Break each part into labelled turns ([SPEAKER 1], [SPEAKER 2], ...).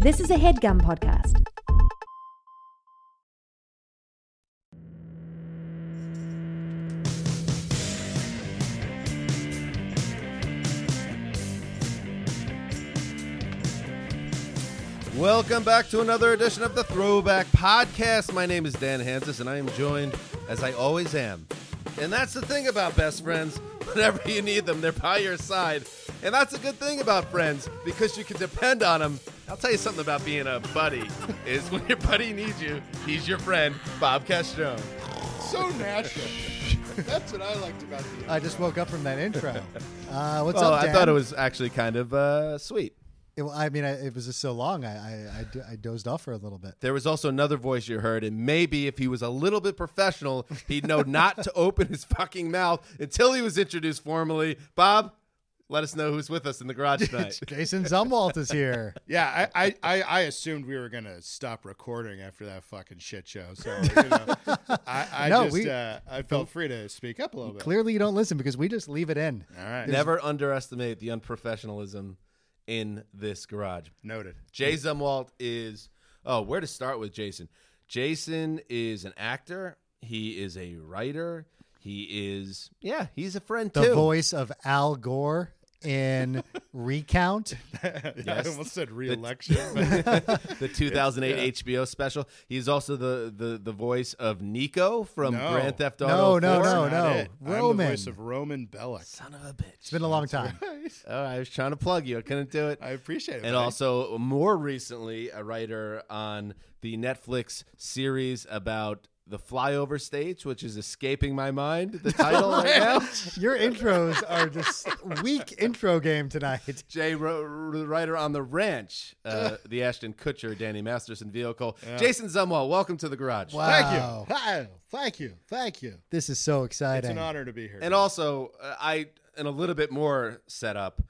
[SPEAKER 1] This is a headgum podcast.
[SPEAKER 2] Welcome back to another edition of the Throwback Podcast. My name is Dan Hansis, and I am joined, as I always am. And that's the thing about best friends. Whenever you need them, they're by your side. And that's a good thing about friends because you can depend on them. I'll tell you something about being a buddy is when your buddy needs you, he's your friend, Bob Castrone.
[SPEAKER 3] so natural. That's what I liked about the.
[SPEAKER 4] I just woke up from that intro. Uh, what's
[SPEAKER 2] Well,
[SPEAKER 4] up,
[SPEAKER 2] Oh, I
[SPEAKER 4] Dan?
[SPEAKER 2] thought it was actually kind of uh, sweet.
[SPEAKER 4] It- well, I mean, I, it was just so long. I, I, I d- I dozed off for a little bit.
[SPEAKER 2] There was also another voice you heard, and maybe if he was a little bit professional, he'd know not to open his fucking mouth until he was introduced formally. Bob, let us know who's with us in the garage tonight.
[SPEAKER 4] Jason Zumwalt is here.
[SPEAKER 3] yeah, I, I, I, I assumed we were gonna stop recording after that fucking shit show. So you know, I, I
[SPEAKER 4] No,
[SPEAKER 3] just
[SPEAKER 4] we-
[SPEAKER 3] uh, I felt free to speak up a little bit.
[SPEAKER 4] Clearly, you don't listen because we just leave it in.
[SPEAKER 3] All right,
[SPEAKER 2] Never underestimate the unprofessionalism in this garage.
[SPEAKER 3] noted.
[SPEAKER 2] Jay Zumwalt is oh, where to start with Jason? Jason is an actor. He is a writer. He is yeah, he's a friend
[SPEAKER 4] The
[SPEAKER 2] too.
[SPEAKER 4] voice of Al Gore in Recount.
[SPEAKER 3] I almost said re-election. but-
[SPEAKER 2] the 2008 HBO special. He's also the, the, the voice of Nico from
[SPEAKER 3] No.
[SPEAKER 2] Grand Theft
[SPEAKER 4] No,
[SPEAKER 2] Auto.
[SPEAKER 4] no,
[SPEAKER 2] 4.
[SPEAKER 3] That's
[SPEAKER 4] no,
[SPEAKER 3] not
[SPEAKER 4] no.
[SPEAKER 3] it. I'm the
[SPEAKER 4] Roman.
[SPEAKER 3] voice of Roman Bellic.
[SPEAKER 2] Son of a bitch.
[SPEAKER 4] It's been a long time.
[SPEAKER 2] oh, I was trying to plug you. I couldn't do it.
[SPEAKER 3] I appreciate it.
[SPEAKER 2] and
[SPEAKER 3] buddy.
[SPEAKER 2] also, more recently, a writer on the Netflix series about the flyover stage, which is escaping my mind. The title right now.
[SPEAKER 4] Your intros are just weak intro game tonight.
[SPEAKER 2] Jay, Ro- Ro- writer on the ranch, uh, the Ashton Kutcher, Danny Masterson vehicle. Jason Zumwalt, welcome to the garage.
[SPEAKER 3] thank you,
[SPEAKER 4] Wow.
[SPEAKER 3] Wow. thank you, thank you.
[SPEAKER 4] This is so
[SPEAKER 3] It's
[SPEAKER 4] exciting.
[SPEAKER 3] an honor to be here.
[SPEAKER 2] And also, uh, I and a little bit more setup,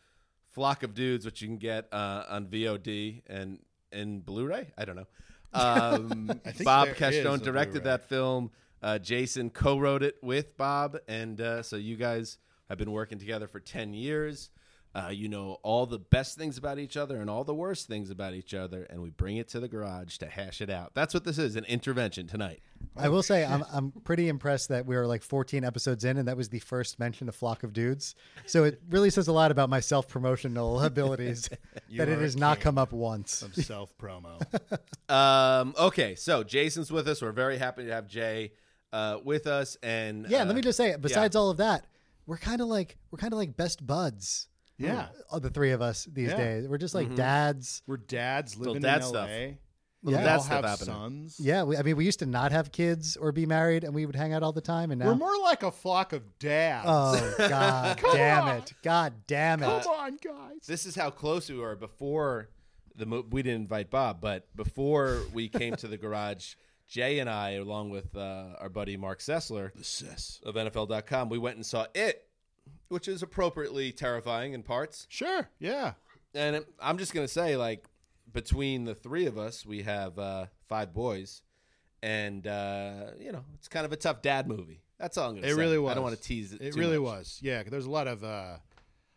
[SPEAKER 2] flock of dudes, which you can get uh, on VOD and and Blu-ray. I don't know. Um,
[SPEAKER 3] think
[SPEAKER 2] Bob
[SPEAKER 3] there is a
[SPEAKER 2] Castone directed
[SPEAKER 3] Blu-ray.
[SPEAKER 2] that film. Uh, Jason co-wrote it with Bob, and uh, so you guys have been working together for ten years. Uh, you know all the best things about each other and all the worst things about each other, and we bring it to the garage to hash it out. That's what this is—an intervention tonight.
[SPEAKER 4] I will say I'm I'm pretty impressed that we are like 14 episodes in, and that was the first mention of Flock of Dudes. So it really says a lot about my self promotional abilities that it
[SPEAKER 3] are
[SPEAKER 4] has
[SPEAKER 3] a
[SPEAKER 4] not
[SPEAKER 3] king.
[SPEAKER 4] come up once.
[SPEAKER 3] some self promo.
[SPEAKER 2] Um, okay, so Jason's with us. We're very happy to have Jay uh, with us. And
[SPEAKER 4] Yeah,
[SPEAKER 2] uh,
[SPEAKER 4] and let me just say, besides all of that, we're kind of like we're kind of like best buds.
[SPEAKER 3] Yeah.
[SPEAKER 4] uh, the three of us these
[SPEAKER 3] Yeah. Mm-hmm.
[SPEAKER 4] days. We're just like dads.
[SPEAKER 3] We're dads living
[SPEAKER 2] dad
[SPEAKER 3] in LA.
[SPEAKER 2] stuff.
[SPEAKER 3] We
[SPEAKER 4] Yeah.
[SPEAKER 2] dad
[SPEAKER 3] all
[SPEAKER 2] stuff
[SPEAKER 3] have
[SPEAKER 2] happening.
[SPEAKER 3] sons.
[SPEAKER 4] Yeah, we, I mean, we used to not have kids or be married, and we would hang out all the time. And now,
[SPEAKER 3] We're more like a flock of dads.
[SPEAKER 4] oh god, damn it, god damn it.
[SPEAKER 3] Come on, guys.
[SPEAKER 2] this is how close we were before the mo- we didn't invite Bob, but before we came to the garage, Jay and I, along with uh, our buddy Mark Sessler of NFL.com, we went and saw it, which is appropriately terrifying in parts.
[SPEAKER 3] Sure. Yeah.
[SPEAKER 2] And it- I'm just gonna say, like, between the three of us, we have uh, five boys, and uh, you know, it's kind of a tough dad movie. That's all I'm gonna
[SPEAKER 3] It
[SPEAKER 2] say.
[SPEAKER 3] really was.
[SPEAKER 2] I don't want to tease it.
[SPEAKER 3] It
[SPEAKER 2] too
[SPEAKER 3] really
[SPEAKER 2] much.
[SPEAKER 3] was. Yeah. 'cause There's a lot of. uh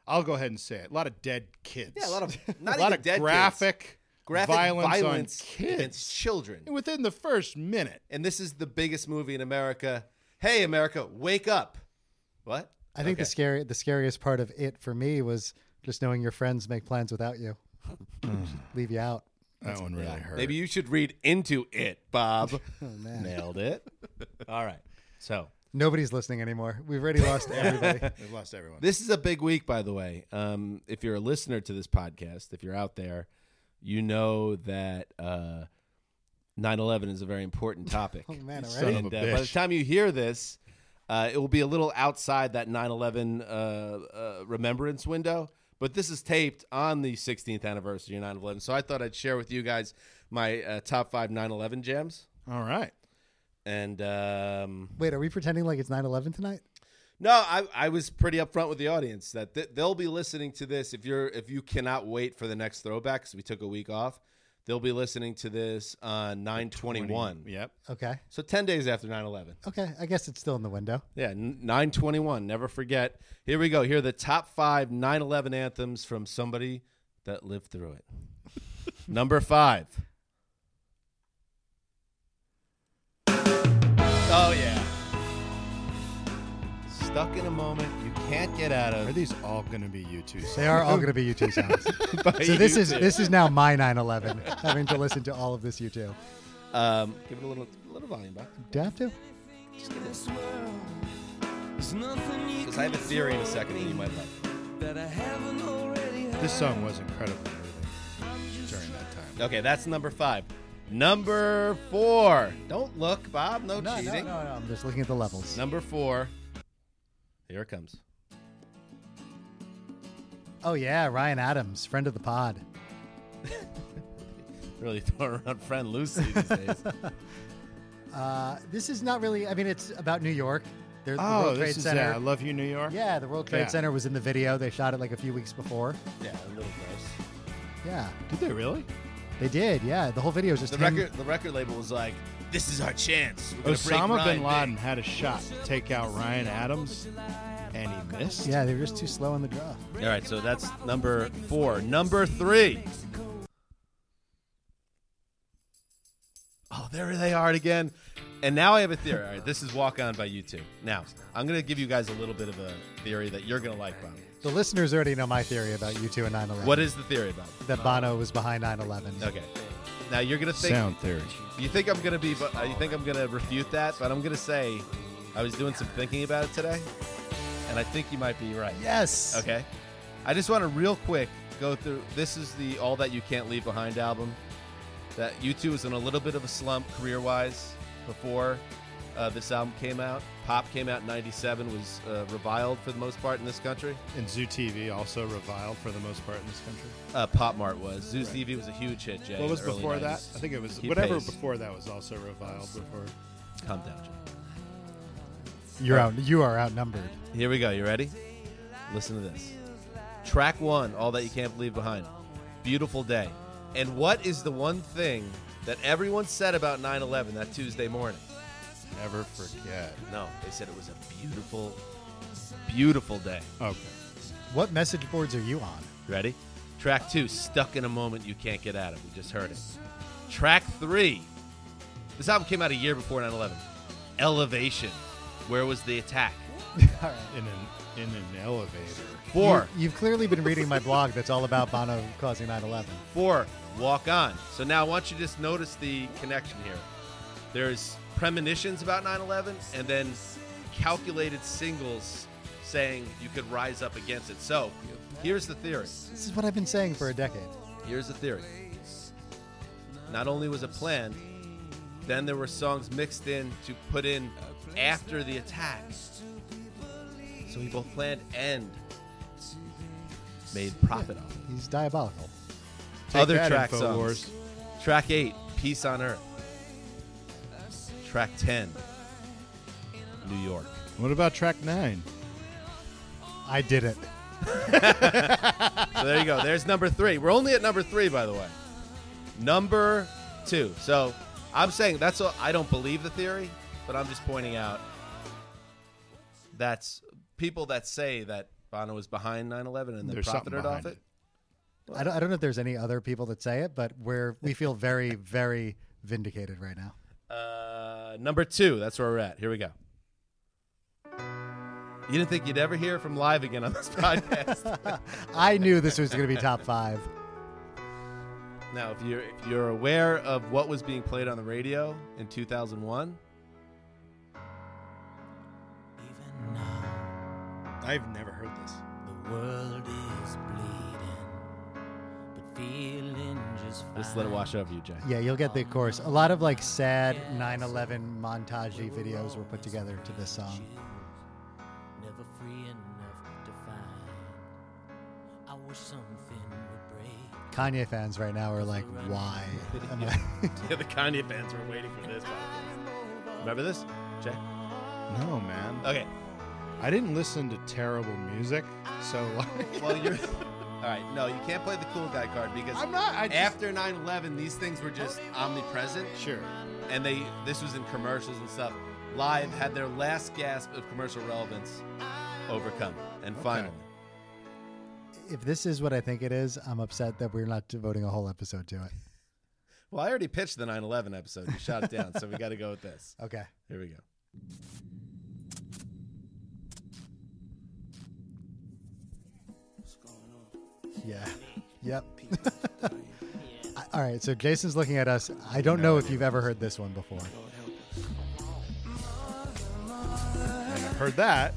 [SPEAKER 3] I'll go ahead and say it. A lot of dead kids.
[SPEAKER 2] Yeah, a lot of
[SPEAKER 3] a
[SPEAKER 2] not
[SPEAKER 3] lot
[SPEAKER 2] even
[SPEAKER 3] of
[SPEAKER 2] dead kids.
[SPEAKER 3] graphic,
[SPEAKER 2] graphic
[SPEAKER 3] violence, on
[SPEAKER 2] against
[SPEAKER 3] kids
[SPEAKER 2] children.
[SPEAKER 3] within the first minute.
[SPEAKER 2] And this is the biggest movie in America. Hey, America, wake up! What?
[SPEAKER 4] I think the
[SPEAKER 2] Okay.
[SPEAKER 4] scary, the scariest part of it for me was just knowing your friends make plans without you,
[SPEAKER 3] Mm.
[SPEAKER 4] leave you out.
[SPEAKER 3] That one really hurt. Oh,
[SPEAKER 2] Maybe you should read into it, Bob. Nailed it. All right. So
[SPEAKER 4] Nobody's listening anymore. We've already lost everybody.
[SPEAKER 3] We've lost everyone.
[SPEAKER 2] This is a big week, by the way. Um, if you're a listener to this podcast, if you're out there, you know that uh, 9/11 is a very important topic. oh
[SPEAKER 4] man, already?
[SPEAKER 3] Son of
[SPEAKER 2] And,
[SPEAKER 3] a
[SPEAKER 2] uh, by the
[SPEAKER 3] bitch.
[SPEAKER 2] time you hear this, uh, it will be a little outside that 9/11 uh, uh, remembrance window. But this is taped on the 16th anniversary of 9/11, so I thought I'd share with you guys my uh, top five 9/11 gems.
[SPEAKER 3] All right.
[SPEAKER 2] And um,
[SPEAKER 4] Wait, are we pretending like it's 9-11 tonight?
[SPEAKER 2] no, I, I was pretty upfront with the audience that th- they'll be listening to this if you're if you cannot wait for the next throwback 'cause we took a week off. They'll be listening to this on 921.
[SPEAKER 3] Yep.
[SPEAKER 4] Okay.
[SPEAKER 2] So 10 days after 9/11.
[SPEAKER 4] Okay, I guess it's still in the window.
[SPEAKER 2] Yeah, n- 921, never forget. Here we go. Here are the top 5 9/11 anthems from somebody that lived through it. Number five. Oh yeah. Stuck in a moment you can't get out
[SPEAKER 3] Are
[SPEAKER 2] of.
[SPEAKER 3] these all going to be you two?
[SPEAKER 4] They are all going to be U2 sounds.
[SPEAKER 2] by
[SPEAKER 4] So this is
[SPEAKER 2] YouTube.
[SPEAKER 4] this is now my 911, having to listen to all of this U2.
[SPEAKER 2] Um, give it a little, little volume back.
[SPEAKER 4] Do I have to?
[SPEAKER 2] Because I have a theory in a second that you might like.
[SPEAKER 3] This song was incredibly moving during that time.
[SPEAKER 2] Okay, that's number five. Number four. Don't look, Bob. No,
[SPEAKER 4] No, no, no,
[SPEAKER 2] cheating.
[SPEAKER 4] no. I'm just looking at the levels.
[SPEAKER 2] Number four. Here it comes.
[SPEAKER 4] Oh yeah, Ryan Adams, friend of the pod.
[SPEAKER 2] Really throwing around friend Lucy these days.
[SPEAKER 4] Uh, this is not really. I mean, it's about New York. They're, the
[SPEAKER 3] Oh,
[SPEAKER 4] World Trade
[SPEAKER 3] this is
[SPEAKER 4] Center.
[SPEAKER 3] yeah, I Love You, New York.
[SPEAKER 4] Yeah, the World Trade
[SPEAKER 3] Yeah.
[SPEAKER 4] Center was in the video. They shot it like a few weeks before.
[SPEAKER 2] yeah, a little gross.
[SPEAKER 4] Yeah,
[SPEAKER 3] Did they really?
[SPEAKER 4] they did. Yeah, the whole video is just
[SPEAKER 2] The
[SPEAKER 4] him-
[SPEAKER 2] record, the record label was like, "This is our chance." We're gonna break
[SPEAKER 3] Osama
[SPEAKER 2] Ryan
[SPEAKER 3] bin Laden had a shot to take out Ryan Adams, and he missed.
[SPEAKER 4] Yeah, they were just too slow on the draw.
[SPEAKER 2] Big." All right, so that's number four. Number three. Oh, there they are again. And now I have a theory. All right, this is Walk On by you two. Now, I'm going to give you guys a little bit of a theory that you're going to like, Bob.
[SPEAKER 4] The listeners already know my theory about U2 and 9/11.
[SPEAKER 2] What is the theory about?
[SPEAKER 4] that Bono was behind 9/11?
[SPEAKER 2] Okay. Now you're gonna think.
[SPEAKER 3] Sound theory.
[SPEAKER 2] You think I'm gonna be? But uh, you think I'm gonna refute that? But I'm gonna say, I was doing some thinking about it today, and I think you might be right.
[SPEAKER 4] Yes.
[SPEAKER 2] Okay. I just want to real quick go through. This is the All That You Can't Leave Behind album. That U2 was in a little bit of a slump career wise before uh, this album came out. Pop came out in '97, was uh, reviled for the most part in this country.
[SPEAKER 3] And Zoo TV also reviled for the most part in this country.
[SPEAKER 2] Uh, Pop Mart was. Zeus TV was a huge hit. Jay, in
[SPEAKER 3] what was
[SPEAKER 2] the early
[SPEAKER 3] before that?
[SPEAKER 2] 90s.
[SPEAKER 3] I think it was
[SPEAKER 2] Keep
[SPEAKER 3] whatever
[SPEAKER 2] pace.
[SPEAKER 3] before that was also reviled before.
[SPEAKER 2] Calm down, Jay.
[SPEAKER 4] You're out. You are outnumbered.
[SPEAKER 2] Here we go. You ready? Listen to this. Track one, All That You Can't Leave Behind. Beautiful day. And what is the one thing that everyone said about 9 11 that Tuesday morning?
[SPEAKER 3] Never forget.
[SPEAKER 2] No, they said it was a beautiful, beautiful day.
[SPEAKER 3] Okay.
[SPEAKER 4] What message boards are you on?
[SPEAKER 2] You ready? Track two, Stuck in a Moment You Can't Get Out of. We just heard it. Track three, this album came out a year before 9 11. Elevation, Where Was the Attack?
[SPEAKER 4] All right.
[SPEAKER 3] In an in an elevator.
[SPEAKER 2] Four,
[SPEAKER 4] You, have clearly been reading my blog that's all about Bono causing 9/11.
[SPEAKER 2] Four, walk on. So now I want you to just notice the connection here. There's premonitions about 9 11 and then calculated singles saying you could rise up against it. So here's the theory.
[SPEAKER 4] This is what I've been saying for a decade.
[SPEAKER 2] Here's the theory. Not only was it planned, then there were songs mixed in to put in after the attack. So he both planned and made profit off it.
[SPEAKER 4] He's diabolical.
[SPEAKER 3] Take
[SPEAKER 2] Other
[SPEAKER 3] that,
[SPEAKER 2] track
[SPEAKER 3] Infowars.
[SPEAKER 2] songs. Track eight, Peace on Earth. Track ten, New York.
[SPEAKER 3] What about track nine?
[SPEAKER 4] I did it.
[SPEAKER 2] So there you go. There's number three. We're only at number three, by the way. Number two. So I'm saying that's all. I don't believe the theory, but I'm just pointing out that's people that say that Bono was behind 9/11 and then
[SPEAKER 3] There's something
[SPEAKER 2] profited off it.
[SPEAKER 3] behind it.
[SPEAKER 4] I don't, I don't know if there's any other people that say it, but we're we feel very very vindicated right now.
[SPEAKER 2] Uh, number two. That's where we're at. Here we go. You didn't think you'd ever hear from live again on this podcast.
[SPEAKER 4] I knew this was going to be top five.
[SPEAKER 2] Now, if you're if you're aware of what was being played on the radio in 2001,
[SPEAKER 5] Even now,
[SPEAKER 3] I've never heard this.
[SPEAKER 5] the world is bleeding, but feeling just fine.
[SPEAKER 2] just let it wash over you, Jay.
[SPEAKER 4] Yeah, you'll get the chorus. A lot of like sad 9/11 montage videos were put together to this song.
[SPEAKER 5] Never free enough to find. I wish something would break.
[SPEAKER 4] Kanye fans right now are like, why? am I-
[SPEAKER 2] Yeah, the Kanye fans were waiting for this. Remember this, Jay?
[SPEAKER 3] No, man.
[SPEAKER 2] Okay.
[SPEAKER 3] I didn't listen to terrible music, so like,
[SPEAKER 2] Well, you're all right. No, you can't play the cool guy card because
[SPEAKER 3] I'm not. I just,
[SPEAKER 2] after 9/11, these things were just omnipresent,
[SPEAKER 3] sure.
[SPEAKER 2] and they this was in commercials and stuff. Live had their last gasp of commercial relevance overcome, and finally,
[SPEAKER 4] if this is what I think it is, I'm upset that we're not devoting a whole episode to it.
[SPEAKER 2] Well, I already pitched the 9 11 episode. You shot it down, so we got to go with this.
[SPEAKER 4] Okay.
[SPEAKER 2] Here we go.
[SPEAKER 4] Yeah. Yep. I- All right. So Jason's looking at us. I don't know if you've ever heard this one before.
[SPEAKER 3] I've heard that.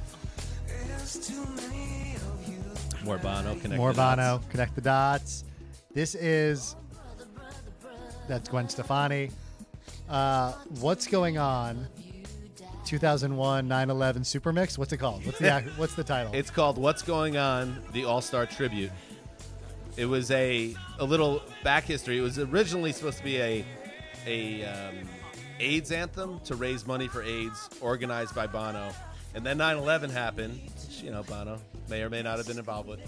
[SPEAKER 2] More Bono connected.
[SPEAKER 4] More Bono, connect the dots. This is that's Gwen Stefani. Uh, what's going on? 2001 9/11 Supermix. What's it called? What's the ac- what's the title?
[SPEAKER 2] It's called What's Going On, the All Star Tribute. It was a a little back history. It was originally supposed to be a a um, AIDS anthem to raise money for AIDS, organized by Bono. And then 9/11 happened. which, You know, Bono may or may not have been involved with.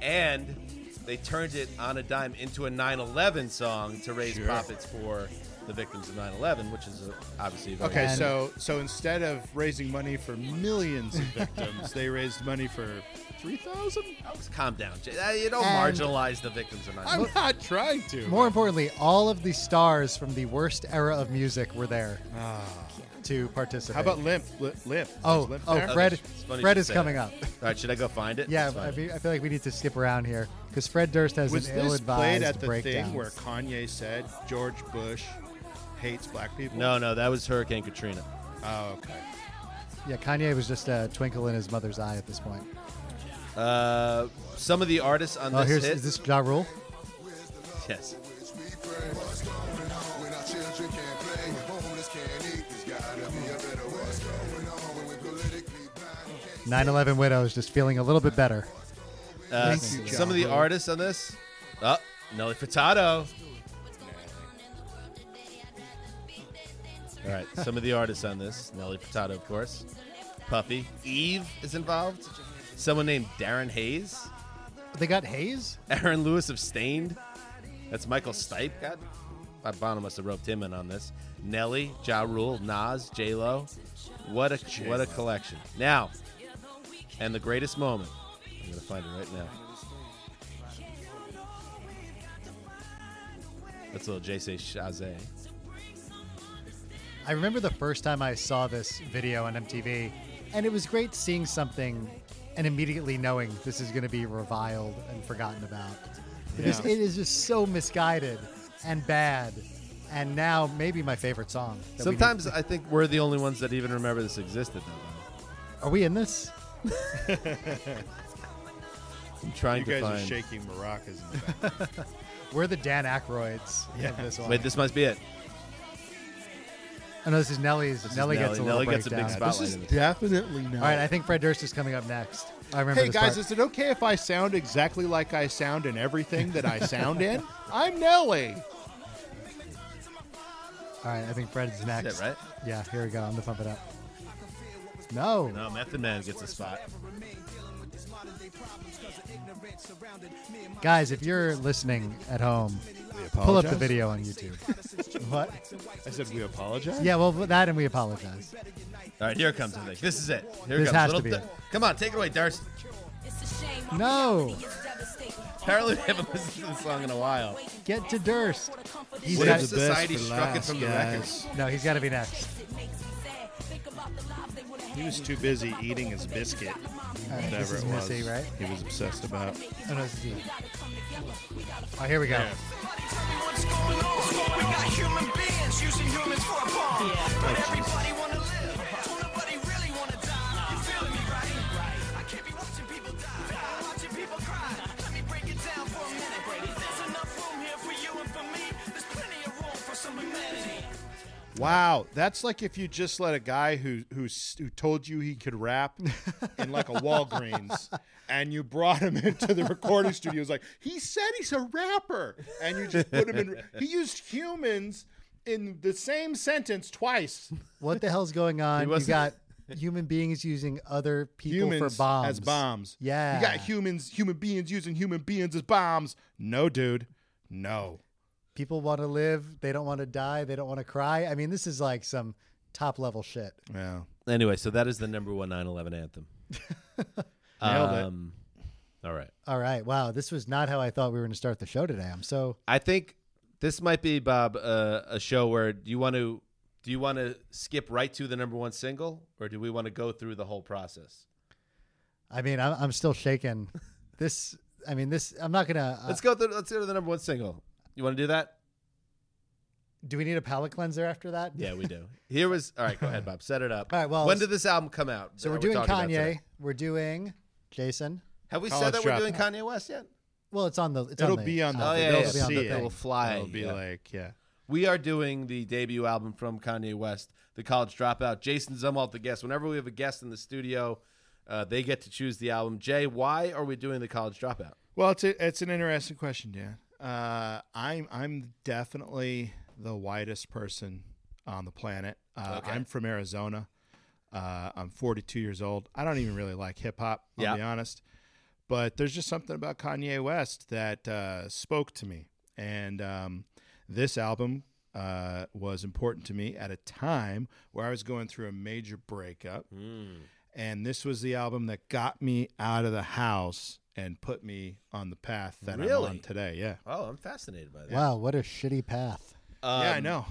[SPEAKER 2] And they turned it on a dime into a 9/11 song to raise profits for the victims of 9/11, which is uh, obviously a very
[SPEAKER 3] Okay,
[SPEAKER 4] And-
[SPEAKER 3] so so instead of raising money for millions of victims, they raised money for three thousand.
[SPEAKER 2] calm down. Jay. Uh, You don't
[SPEAKER 4] And-
[SPEAKER 2] marginalize the victims of 9/11.
[SPEAKER 3] I'm not trying to.
[SPEAKER 4] More importantly, all of the stars from the worst era of music were there to participate.
[SPEAKER 3] How about limp? Li- limp. Is
[SPEAKER 4] oh
[SPEAKER 3] limp
[SPEAKER 4] oh
[SPEAKER 3] there?
[SPEAKER 4] Fred
[SPEAKER 2] It's funny
[SPEAKER 4] Fred
[SPEAKER 2] you
[SPEAKER 4] is
[SPEAKER 2] say
[SPEAKER 4] coming
[SPEAKER 2] that.
[SPEAKER 4] up.
[SPEAKER 2] All right, should I go find it?
[SPEAKER 4] Yeah,
[SPEAKER 2] That's
[SPEAKER 4] I,
[SPEAKER 2] fine.
[SPEAKER 4] fe- I feel like we need to skip around here because Fred Durst has
[SPEAKER 3] Was
[SPEAKER 4] an
[SPEAKER 3] this played
[SPEAKER 4] ill-advised
[SPEAKER 3] at the
[SPEAKER 4] breakdown.
[SPEAKER 3] thing where Kanye said George Bush hates black people?
[SPEAKER 2] no, no, that was Hurricane Katrina.
[SPEAKER 3] Oh, okay.
[SPEAKER 4] Yeah, Kanye was just a twinkle in his mother's eye at this point.
[SPEAKER 2] Uh, some of the artists on
[SPEAKER 4] Oh,
[SPEAKER 2] this
[SPEAKER 4] here's
[SPEAKER 2] hit.
[SPEAKER 4] is this Ja Rule?
[SPEAKER 2] yes.
[SPEAKER 6] What's
[SPEAKER 4] 9/11 widows just feeling a little bit better.
[SPEAKER 2] Uh,
[SPEAKER 3] Thank you,
[SPEAKER 2] s-
[SPEAKER 3] John.
[SPEAKER 2] some of the artists on this. Oh, Nelly Furtado. All right, some of the artists on this. Nelly Furtado, of course. Puffy. Eve is involved. Someone named Darren Hayes.
[SPEAKER 4] They got Hayes.
[SPEAKER 2] Aaron Lewis of Stained. That's Michael Stipe. God, Bob Bono must have roped him in on this. Nelly, Ja Rule, Nas, J Lo. What a what a collection. Now, and the greatest moment. I'm gonna find it right now. That's a little JC Chazé.
[SPEAKER 4] I remember the first time I saw this video on MTV, and it was great seeing something and immediately knowing this is going to be reviled and forgotten about. Because
[SPEAKER 3] Yeah.
[SPEAKER 4] it is just so misguided and bad, and now maybe my favorite song. that we need-
[SPEAKER 2] Sometimes I think we're the only ones that even remember this existed. Though Bono.
[SPEAKER 4] are we in this?
[SPEAKER 2] I'm trying
[SPEAKER 3] You
[SPEAKER 2] to
[SPEAKER 3] guys are
[SPEAKER 2] find.
[SPEAKER 3] shaking maracas in the back.
[SPEAKER 4] We're the Dan Aykroyds of this one.
[SPEAKER 2] Wait, this must be it.
[SPEAKER 4] I know this is Nelly's.
[SPEAKER 2] is
[SPEAKER 4] Nelly, gets a
[SPEAKER 2] Nelly.
[SPEAKER 4] little
[SPEAKER 2] Nelly gets a big
[SPEAKER 4] breakdown.
[SPEAKER 2] spotlight. is
[SPEAKER 3] definitely not.
[SPEAKER 4] All right, I think Fred Durst is coming up next. I remember.
[SPEAKER 3] Hey
[SPEAKER 4] this
[SPEAKER 3] guys,
[SPEAKER 4] part.
[SPEAKER 3] is it okay if I sound exactly like I sound in everything that I sound in? I'm Nelly.
[SPEAKER 4] All right, I think Fred's next.
[SPEAKER 2] That's it, right?
[SPEAKER 4] Yeah, here we go. I'm gonna pump it up. No.
[SPEAKER 2] No, Method Man gets a spot.
[SPEAKER 4] Guys, if you're listening at home, pull up the video on YouTube. what?
[SPEAKER 3] I said we apologize.
[SPEAKER 4] Yeah, well, that and we apologize.
[SPEAKER 2] All right, here comes the thing. This is it. Here
[SPEAKER 4] This
[SPEAKER 2] comes
[SPEAKER 4] has to
[SPEAKER 2] little
[SPEAKER 4] be
[SPEAKER 2] Dur-
[SPEAKER 4] it.
[SPEAKER 2] Come on, take it away, Durst.
[SPEAKER 4] No.
[SPEAKER 2] Apparently, we haven't listened to this song in a while.
[SPEAKER 4] Get to Durst. He's
[SPEAKER 2] What
[SPEAKER 4] got.
[SPEAKER 2] if society struck it from the
[SPEAKER 3] guys.
[SPEAKER 4] No, he's got to be next.
[SPEAKER 3] He was too busy eating his biscuit,
[SPEAKER 4] All right, this
[SPEAKER 3] whatever
[SPEAKER 4] is
[SPEAKER 3] it was.
[SPEAKER 4] Missy, right?
[SPEAKER 3] He was obsessed about.
[SPEAKER 4] Oh, no, this is you. Oh, here we go.
[SPEAKER 6] going on? We got human beings using humans for a bomb. But everybody wanna live. Don't nobody really wanna die. You feeling me, right? I can't be watching people die. Watching people cry. Let me break it down for a minute. There's enough room here for you and for me. There's plenty of room for some humanity.
[SPEAKER 3] Wow, that's like if you just let a guy who who s- who told you he could rap in like a Walgreens, and you brought him into the recording studio. It's like he said he's a rapper, and you just put him in. He used humans in the same sentence twice.
[SPEAKER 4] What the hell's going on? You
[SPEAKER 2] wasn't-
[SPEAKER 4] got human beings using other people
[SPEAKER 3] Humans
[SPEAKER 4] for bombs.
[SPEAKER 3] as bombs.
[SPEAKER 4] Yeah.
[SPEAKER 3] you got humans, human beings using human beings as bombs. No, dude, no.
[SPEAKER 4] people want to live. They don't want to die. They don't want to cry. I mean, this is like some top level shit.
[SPEAKER 3] Yeah,
[SPEAKER 2] Anyway, so that is the number one 9/11 anthem.
[SPEAKER 3] nailed it.
[SPEAKER 2] Um, All right.
[SPEAKER 4] All right. Wow. This was not how I thought we were going to start the show today. I'm so.
[SPEAKER 2] I think this might be Bob uh, a show where do you want to do you want to skip right to the number one single, or do we want to go through the whole process?
[SPEAKER 4] I mean, I'm, I'm still shaken. This. I mean, this. I'm not gonna. Uh,
[SPEAKER 2] Let's go through. Let's go to the number one single. You want to do that?
[SPEAKER 4] do we need a palate cleanser after that?
[SPEAKER 2] Yeah, we do. Here was all right. Go ahead, Bob. Set it up.
[SPEAKER 4] All right, well,
[SPEAKER 2] when
[SPEAKER 4] let's-
[SPEAKER 2] did this album come out?
[SPEAKER 4] So
[SPEAKER 2] that
[SPEAKER 4] we're doing
[SPEAKER 2] talking about
[SPEAKER 4] Kanye.
[SPEAKER 2] today?
[SPEAKER 4] We're doing Jason.
[SPEAKER 2] Have we
[SPEAKER 3] College
[SPEAKER 2] said that we're
[SPEAKER 3] Dropout.
[SPEAKER 2] doing Kanye West yet?
[SPEAKER 4] Well, it's on the. It's
[SPEAKER 3] It'll
[SPEAKER 4] on the,
[SPEAKER 3] be on the.
[SPEAKER 2] Oh, yeah,
[SPEAKER 3] they'll
[SPEAKER 2] yeah,
[SPEAKER 3] see
[SPEAKER 2] yeah.
[SPEAKER 3] it.
[SPEAKER 2] It'll fly,
[SPEAKER 3] It'll be
[SPEAKER 2] yeah.
[SPEAKER 3] like yeah.
[SPEAKER 2] We are doing the debut album from Kanye West, The College Dropout. Jason Zumwalt, the guest. Whenever we have a guest in the studio, uh, they get to choose the album. Jay, why are we doing The College Dropout?
[SPEAKER 3] Well, it's a, it's an interesting question, Dan. Uh, I'm I'm definitely the whitest person on the planet. Uh,
[SPEAKER 2] Okay.
[SPEAKER 3] I'm from Arizona. Uh, I'm 42 years old. I don't even really like hip hop. I'll
[SPEAKER 2] Yeah.
[SPEAKER 3] be honest, but there's just something about Kanye West that uh, spoke to me, and um, this album uh, was important to me at a time where I was going through a major breakup
[SPEAKER 4] Mm.
[SPEAKER 3] and this was the album that got me out of the house and put me on the path that I'm
[SPEAKER 2] Really?
[SPEAKER 3] on today. Yeah,
[SPEAKER 2] Oh, I'm fascinated by that.
[SPEAKER 4] Wow, what a shitty path.
[SPEAKER 3] yeah, I know.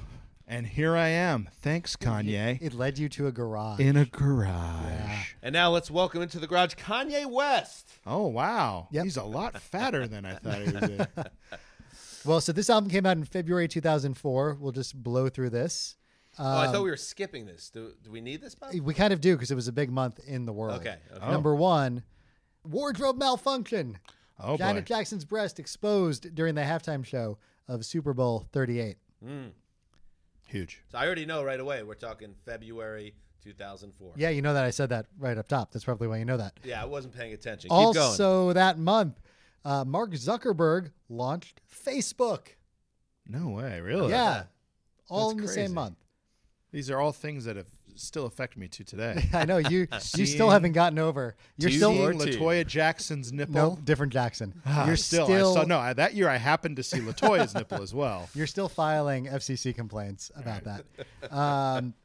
[SPEAKER 3] And here I am. Thanks, Kanye.
[SPEAKER 4] It led Um, you to a garage.
[SPEAKER 3] In a garage.
[SPEAKER 2] And now let's welcome into the garage Kanye West.
[SPEAKER 3] Oh wow,
[SPEAKER 4] Yep.
[SPEAKER 3] he's a lot fatter than I thought he was. in.
[SPEAKER 4] well, so this album came out in February 2004. We'll just blow through this.
[SPEAKER 2] oh, I thought we were skipping this. Do, do we need this, Bob?
[SPEAKER 4] We kind of do because it was a big month in the world.
[SPEAKER 2] Okay, okay. Oh.
[SPEAKER 4] Number one, wardrobe malfunction.
[SPEAKER 3] Oh boy.
[SPEAKER 4] Janet Jackson's breast exposed during the halftime show of Super Bowl 38.
[SPEAKER 3] huge.
[SPEAKER 2] Hmm. So I already know right away. We're talking February 2004.
[SPEAKER 4] Yeah, you know that I said that right up top. That's probably why you know that.
[SPEAKER 2] Yeah, I wasn't paying attention. Keep going.
[SPEAKER 4] also, that month, uh, Mark Zuckerberg launched Facebook.
[SPEAKER 3] No way, really.
[SPEAKER 4] yeah, all in the
[SPEAKER 3] crazy.
[SPEAKER 4] same month.
[SPEAKER 3] These are all things that have still affect me to today.
[SPEAKER 4] I know you. you still
[SPEAKER 3] Seeing-
[SPEAKER 4] haven't gotten over. You're
[SPEAKER 2] Do you
[SPEAKER 4] still
[SPEAKER 2] see-
[SPEAKER 3] Seeing
[SPEAKER 2] Lord, too.
[SPEAKER 3] Latoya Jackson's
[SPEAKER 4] no
[SPEAKER 3] nipple.
[SPEAKER 4] different Jackson.
[SPEAKER 3] Ah,
[SPEAKER 4] you're
[SPEAKER 3] still,
[SPEAKER 4] still,
[SPEAKER 3] I saw, no. I, that year I happened to see Latoya's nipple as well.
[SPEAKER 4] You're still filing FCC complaints about that. Um,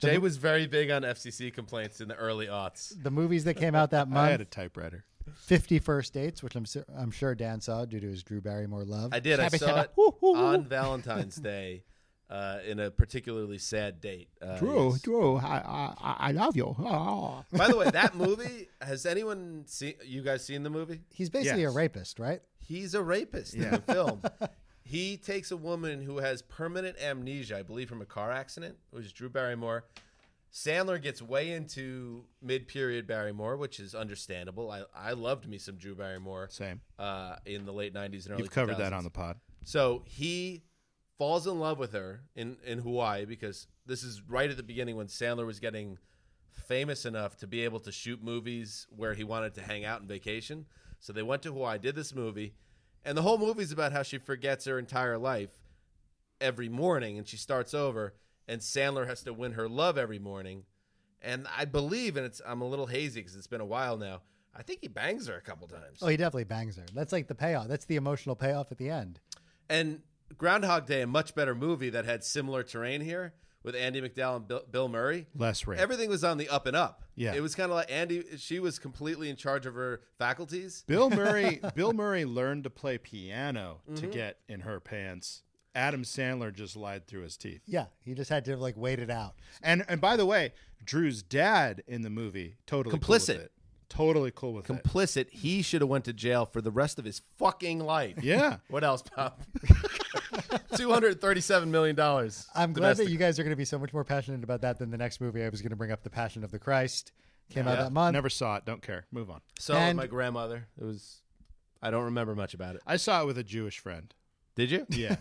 [SPEAKER 2] Jay was very big on FCC complaints in the early aughts.
[SPEAKER 4] the movies that came out that
[SPEAKER 3] I had
[SPEAKER 4] month:
[SPEAKER 3] a typewriter.
[SPEAKER 4] Fifty First Dates, which I'm su- I'm sure Dan saw due to his Drew Barrymore love.
[SPEAKER 2] I did. I
[SPEAKER 3] Shabba
[SPEAKER 2] saw
[SPEAKER 3] shabba.
[SPEAKER 2] it
[SPEAKER 3] Woo, woo, woo.
[SPEAKER 2] on Valentine's Day uh, in a particularly sad date. Uh, yes.
[SPEAKER 3] Drew, I, I, I love you. Oh.
[SPEAKER 2] By the way, that movie has anyone seen? You guys seen the movie?
[SPEAKER 4] He's basically a
[SPEAKER 3] Yes.
[SPEAKER 4] rapist, right?
[SPEAKER 2] He's a rapist in
[SPEAKER 3] Yeah.
[SPEAKER 2] the film. He takes a woman who has permanent amnesia, I believe, from a car accident. It was Drew Barrymore. Sandler gets way into mid period Barrymore, which is understandable. I, I loved me some Drew Barrymore
[SPEAKER 3] Same.
[SPEAKER 2] uh, in the late 90s and early
[SPEAKER 3] You've covered that
[SPEAKER 2] 2000s.
[SPEAKER 3] on the pod.
[SPEAKER 2] So he falls in love with her in, in Hawaii because this is right at the beginning when Sandler was getting famous enough to be able to shoot movies where he wanted to hang out and vacation. So they went to Hawaii, did this movie, and the whole movie's about how she forgets her entire life every morning and she starts over and Sandler has to win her love every morning. And I believe, and it's I'm a little hazy because it's been a while now. I think he bangs her a couple times.
[SPEAKER 4] Oh, he definitely bangs her. That's like the payoff. That's the emotional payoff at the end.
[SPEAKER 2] And Groundhog Day, a much better movie that had similar terrain here with Andy McDowell and Bill, Bill Murray.
[SPEAKER 3] Less rape.
[SPEAKER 2] Everything was on the up and up.
[SPEAKER 3] Yeah.
[SPEAKER 2] it was kind of like Andy. She was completely in charge of her faculties.
[SPEAKER 3] Bill Murray. Bill Murray learned to play piano to get in her pants. Adam Sandler just lied through his teeth.
[SPEAKER 4] Yeah, he just had to like wait it out.
[SPEAKER 3] And and by the way, Drew's dad in the movie totally Cool
[SPEAKER 2] Complicit.
[SPEAKER 3] with it. Totally cool with it.
[SPEAKER 2] Complicit. He should have went to jail for the rest of his fucking life.
[SPEAKER 3] Yeah.
[SPEAKER 2] What else, Pop? Two hundred thirty-seven million dollars.
[SPEAKER 4] I'm glad that you guys are going to be so much more passionate about that than the next movie I was going to bring up, The Passion of the Christ. Came out
[SPEAKER 2] Yeah.
[SPEAKER 4] that month.
[SPEAKER 3] Never saw it. Don't care. Move on.
[SPEAKER 2] saw it with
[SPEAKER 4] and-
[SPEAKER 2] my grandmother. It was. I don't remember much about it.
[SPEAKER 3] I saw it with a Jewish friend.
[SPEAKER 2] Did you?
[SPEAKER 3] Yeah.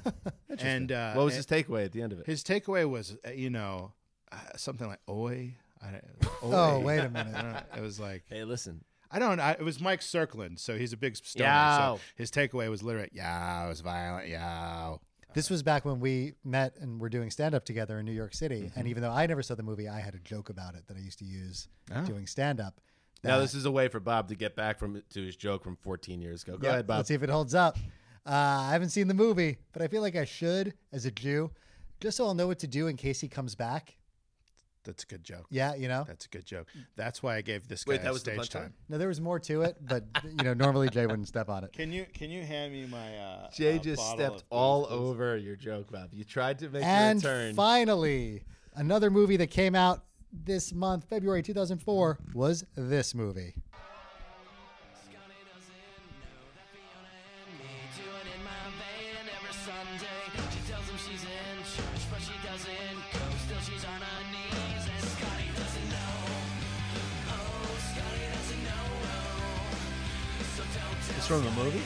[SPEAKER 3] and uh,
[SPEAKER 2] What was
[SPEAKER 3] and-
[SPEAKER 2] his takeaway at the end of it?
[SPEAKER 3] His takeaway was, uh, you know, uh, something like "Oi." I, oi.
[SPEAKER 4] Oh, wait a
[SPEAKER 3] I
[SPEAKER 4] minute.
[SPEAKER 3] don't know. It was like
[SPEAKER 2] hey, listen.
[SPEAKER 3] I don't. I, it was Mike Circland, so he's a big stoner.
[SPEAKER 2] Yow.
[SPEAKER 3] So his takeaway was literally "Yow, it was violent. Yow."
[SPEAKER 4] This was back when we met and were doing stand up together in New York City.
[SPEAKER 2] Mm-hmm.
[SPEAKER 4] And even though I never saw the movie, I had a joke about it that I used to use
[SPEAKER 2] Ah.
[SPEAKER 4] doing stand up.
[SPEAKER 2] Now this is a way for Bob to get back from to his joke from 14 years ago. Go ahead, Bob.
[SPEAKER 4] Let's see if it holds up. Uh, I haven't seen the movie, but I feel like I should as a Jew, just so I'll know what to do in case he comes back.
[SPEAKER 3] That's a good joke.
[SPEAKER 4] Yeah, you know.
[SPEAKER 3] That's a good joke. That's why I gave this guy
[SPEAKER 2] Wait, that was the
[SPEAKER 3] stage
[SPEAKER 2] punchline?
[SPEAKER 3] time.
[SPEAKER 4] No, there was more to it, but you know, normally Jay wouldn't step on it.
[SPEAKER 3] Can you can you hand me my uh
[SPEAKER 7] Jay
[SPEAKER 3] uh,
[SPEAKER 7] just
[SPEAKER 3] bottle of
[SPEAKER 7] stepped
[SPEAKER 3] booze,
[SPEAKER 7] all
[SPEAKER 3] please?
[SPEAKER 7] over your joke, Bob. You tried to make
[SPEAKER 4] And
[SPEAKER 7] your turn.
[SPEAKER 4] finally, another movie that came out this month, February 2004, was this movie.
[SPEAKER 2] It's from the movie.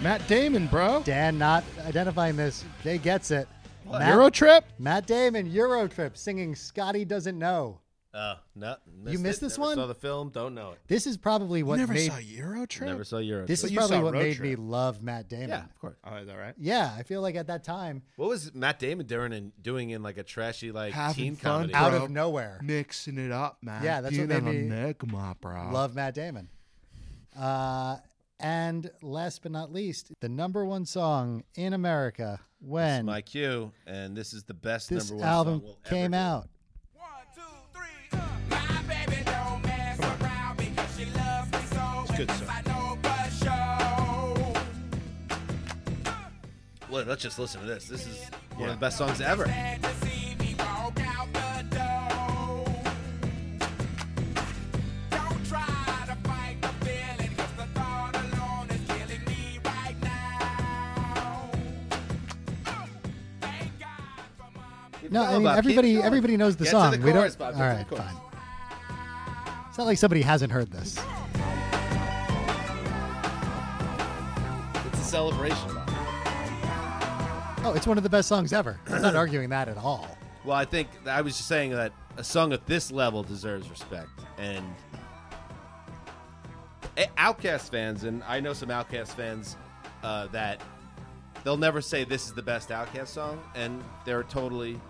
[SPEAKER 3] Matt Damon, bro.
[SPEAKER 4] Dan not identifying this. Jay gets it. Matt,
[SPEAKER 3] Euro trip.
[SPEAKER 4] Matt Damon, Eurotrip, singing Scotty Doesn't Know.
[SPEAKER 2] Uh, no,
[SPEAKER 4] missed
[SPEAKER 2] it,
[SPEAKER 4] this
[SPEAKER 2] never
[SPEAKER 4] one?
[SPEAKER 2] Saw the film? Don't know it.
[SPEAKER 4] This is probably what
[SPEAKER 3] Never
[SPEAKER 4] made
[SPEAKER 3] saw Euro trip.
[SPEAKER 2] Never saw Europe.
[SPEAKER 4] this
[SPEAKER 3] But
[SPEAKER 4] is
[SPEAKER 3] you saw
[SPEAKER 4] probably what
[SPEAKER 3] Road
[SPEAKER 4] made me
[SPEAKER 3] Trip.
[SPEAKER 4] love Matt Damon.
[SPEAKER 2] yeah, of course.
[SPEAKER 3] Oh, is that right?
[SPEAKER 4] Yeah, I feel like at that time,
[SPEAKER 2] What was Matt Damon doing in doing in like a trashy like
[SPEAKER 3] Having
[SPEAKER 2] teen
[SPEAKER 3] fun,
[SPEAKER 2] comedy?
[SPEAKER 3] bro.
[SPEAKER 4] out of nowhere,
[SPEAKER 3] Mixing it up, man.
[SPEAKER 4] Yeah, that's what
[SPEAKER 3] Doing
[SPEAKER 4] made
[SPEAKER 3] a
[SPEAKER 4] me
[SPEAKER 3] Enigma, bro.
[SPEAKER 4] love Matt Damon. Uh, and last but not least, the number one song in America when
[SPEAKER 2] My cue, and this is the best
[SPEAKER 4] this
[SPEAKER 2] number one
[SPEAKER 4] album
[SPEAKER 2] song we'll ever
[SPEAKER 4] came
[SPEAKER 2] do.
[SPEAKER 4] out.
[SPEAKER 3] Good song.
[SPEAKER 2] Well, let's just listen to this. This is one of the best songs ever.
[SPEAKER 4] No,
[SPEAKER 2] Go,
[SPEAKER 4] I mean
[SPEAKER 2] Bob, keep
[SPEAKER 4] everybody
[SPEAKER 2] going.
[SPEAKER 4] everybody knows the
[SPEAKER 2] Get
[SPEAKER 4] song.
[SPEAKER 2] To the
[SPEAKER 4] we
[SPEAKER 2] chorus,
[SPEAKER 4] don't.
[SPEAKER 2] Bob,
[SPEAKER 4] all right,
[SPEAKER 2] get to the
[SPEAKER 4] fine.
[SPEAKER 2] chorus.
[SPEAKER 4] It's not like somebody hasn't heard this.
[SPEAKER 2] It's a celebration. Bob.
[SPEAKER 4] Oh, it's one of the best songs ever. I'm not arguing that at all.
[SPEAKER 2] Well, I think I was just saying that a song at this level deserves respect, and Outcast fans, and I know some Outcast fans uh, that they'll never say this is the best Outcast song, and they're totally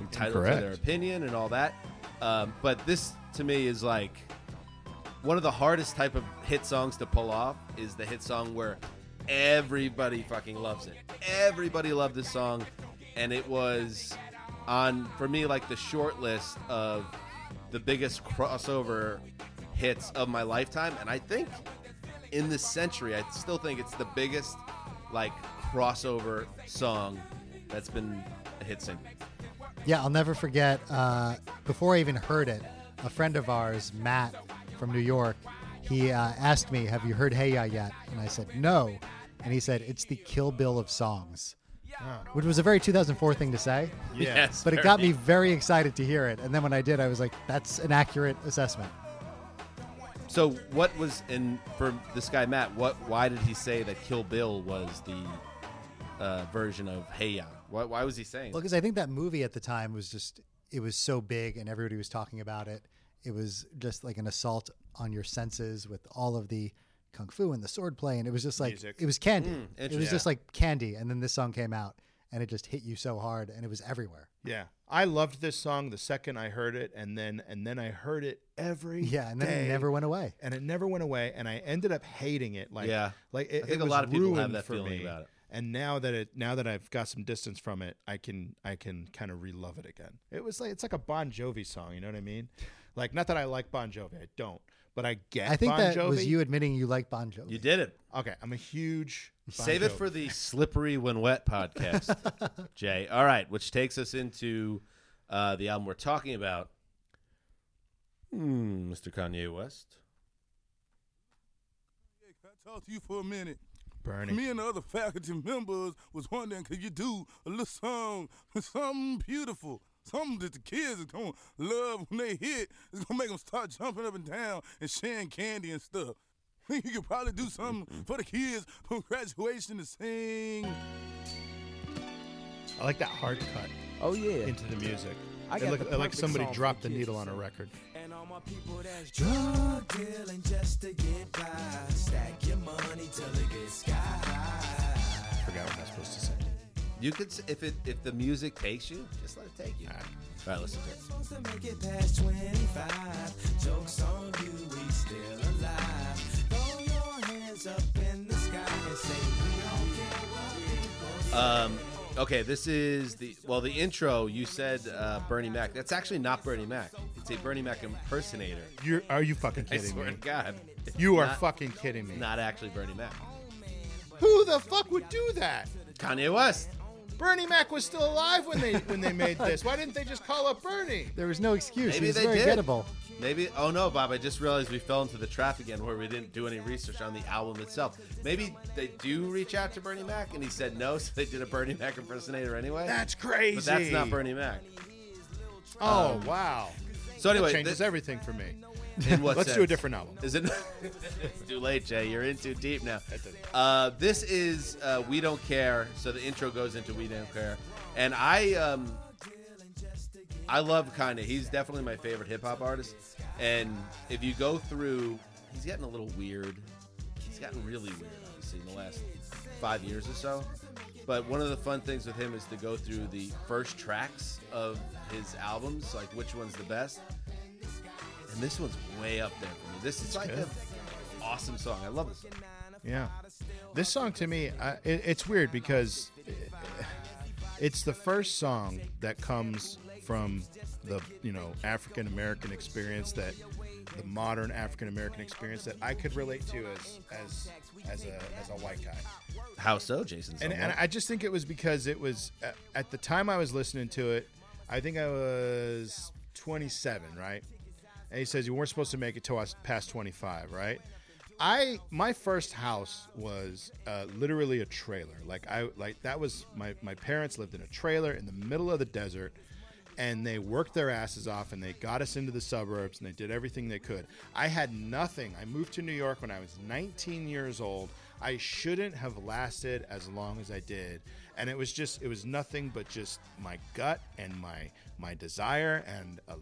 [SPEAKER 2] entitled
[SPEAKER 3] Incorrect.
[SPEAKER 2] to their opinion and all that. Um, but this, to me, is like one of the hardest type of hit songs to pull off is the hit song where everybody fucking loves it. Everybody loved this song, and it was on for me like the short list of the biggest crossover hits of my lifetime, and I think in this century, I still think it's the biggest like crossover song that's been a hit single.
[SPEAKER 4] Yeah, I'll never forget. Uh, before I even heard it, a friend of ours, Matt from New York, he uh, asked me, "Have you heard Hey Ya yet?" And I said, "No." And he said, "It's the Kill Bill of songs," which was a very 2004 thing to say,
[SPEAKER 3] Yeah.
[SPEAKER 2] Yes,
[SPEAKER 4] but it
[SPEAKER 2] very-
[SPEAKER 4] got me very excited to hear it. And then when I did, I was like, "That's an accurate assessment."
[SPEAKER 2] So what was in for this guy Matt? What? Why did he say that Kill Bill was the uh, version of Hey Ya? Why, why was he saying?
[SPEAKER 4] Well, because I think that movie at the time was just it was so big and everybody was talking about it. It was just like an assault on your senses with all of the kung fu and the sword play, and it was just like
[SPEAKER 3] Music.
[SPEAKER 4] it was candy. it was
[SPEAKER 2] Mm, interesting.
[SPEAKER 4] just like candy, and then this song came out and it just hit you so hard, and it was everywhere.
[SPEAKER 3] Yeah, I loved this song the second I heard it, and then and then I heard it every
[SPEAKER 4] Yeah, and then
[SPEAKER 3] day,
[SPEAKER 4] it never went away.
[SPEAKER 3] and it never went away, and I ended up hating it. Like
[SPEAKER 2] Yeah.
[SPEAKER 3] like it,
[SPEAKER 2] I think
[SPEAKER 3] it
[SPEAKER 2] a
[SPEAKER 3] was
[SPEAKER 2] lot of people have
[SPEAKER 3] ruined
[SPEAKER 2] that
[SPEAKER 3] for
[SPEAKER 2] feeling
[SPEAKER 3] me.
[SPEAKER 2] about it.
[SPEAKER 3] And now that it now that I've got some distance from it, I can I can kind of relove it again. It was like it's like a Bon Jovi song, you know what I mean? Like not that I like Bon Jovi, I don't, but I get.
[SPEAKER 4] I think
[SPEAKER 3] bon
[SPEAKER 4] that
[SPEAKER 3] Jovi.
[SPEAKER 4] was you admitting you like Bon Jovi.
[SPEAKER 2] you did it.
[SPEAKER 3] Okay, I'm a huge. Bon
[SPEAKER 2] Save it
[SPEAKER 3] Jovi.
[SPEAKER 2] for the slippery when wet podcast, Jay. All right, which takes us into uh, the album we're talking about. Hmm, Mr. Kanye West.
[SPEAKER 8] Can I talk to you for a minute?
[SPEAKER 3] Bernie.
[SPEAKER 8] Me and the other faculty members was wondering, could you do a little song, something beautiful, something that the kids is gonna love when they hit. It's gonna make them start jumping up and down and sharing candy and stuff. Think you could probably do something for the kids from graduation to sing.
[SPEAKER 3] I like that hard cut
[SPEAKER 9] Oh yeah.
[SPEAKER 3] into the music.
[SPEAKER 9] I
[SPEAKER 3] It
[SPEAKER 9] got
[SPEAKER 3] look-
[SPEAKER 9] the
[SPEAKER 3] it like
[SPEAKER 9] perfect
[SPEAKER 3] somebody
[SPEAKER 9] song for
[SPEAKER 3] dropped the
[SPEAKER 9] kids
[SPEAKER 3] needle
[SPEAKER 9] to
[SPEAKER 3] on a
[SPEAKER 9] sing.
[SPEAKER 3] record.
[SPEAKER 9] And all my people that's drug dealing just to get by. Stack your money till it gets sky high.
[SPEAKER 3] Forgot what I was supposed to say.
[SPEAKER 2] You could s- if it if the music takes you, just let it take you. All right, listen to it.
[SPEAKER 9] Supposed to make it past 25. Jokes on you, we still alive. Throw your hands up in the sky and say, we don't care what people
[SPEAKER 2] Um, Okay, this is the well. The intro you said uh, Bernie Mac. That's actually not Bernie Mac. It's a Bernie Mac impersonator.
[SPEAKER 3] You're, are you fucking
[SPEAKER 2] I
[SPEAKER 3] kidding
[SPEAKER 2] swear
[SPEAKER 3] me?
[SPEAKER 2] to God,
[SPEAKER 3] You are
[SPEAKER 2] Not-
[SPEAKER 3] fucking kidding me.
[SPEAKER 2] not actually Bernie Mac.
[SPEAKER 3] Who the fuck would do that?
[SPEAKER 2] Kanye West.
[SPEAKER 3] Bernie Mac was still alive when they when they made this. Why didn't they just call up Bernie?
[SPEAKER 4] There was no excuse.
[SPEAKER 2] Maybe
[SPEAKER 4] He was
[SPEAKER 2] they
[SPEAKER 4] very
[SPEAKER 2] did.
[SPEAKER 4] gettable.
[SPEAKER 2] Maybe. Oh no, Bob. I just realized we fell into the trap again where we didn't do any research on the album itself. Maybe they do reach out to Bernie Mac and he said no, so they did a Bernie Mac impersonator anyway.
[SPEAKER 3] That's crazy.
[SPEAKER 2] but that's not Bernie Mac.
[SPEAKER 3] Oh
[SPEAKER 9] Um,
[SPEAKER 3] wow.
[SPEAKER 2] So
[SPEAKER 3] That
[SPEAKER 2] anyway,
[SPEAKER 3] changes
[SPEAKER 2] thi-
[SPEAKER 3] everything for me.
[SPEAKER 2] in what
[SPEAKER 3] Let's do a
[SPEAKER 2] sense?
[SPEAKER 3] different album.
[SPEAKER 2] Is it it's too late, Jay? You're in too deep now. Uh, this is uh, "We Don't Care," so the intro goes into "We Don't Care," and I um, I love Kanye. He's definitely my favorite hip hop artist. And if you go through, he's gotten a little weird. He's gotten really weird, obviously, in the last five years or so. But one of the fun things with him is to go through the first tracks of his albums, like which one's the best. And this one's way up there for me. This is like an awesome song. I love this. Song.
[SPEAKER 3] Yeah. This song to me, I, it, it's weird because it's the first song that comes from the you know African American experience that the modern African American experience that I could relate to as as as a as a white guy.
[SPEAKER 2] How so, Jason?
[SPEAKER 3] And, and
[SPEAKER 2] Somewhat.
[SPEAKER 3] I just think it was because it was at- at the time I was listening to it. I think I was 27, right? And he says you weren't supposed to make it till I was past 25, right? I my first house was uh, literally a trailer. Like I like that was my my parents lived in a trailer in the middle of the desert, and they worked their asses off and they got us into the suburbs and they did everything they could. I had nothing. I moved to New York when I was 19 years old. I shouldn't have lasted as long as I did. And it was just it was nothing but just my gut and my my desire and a,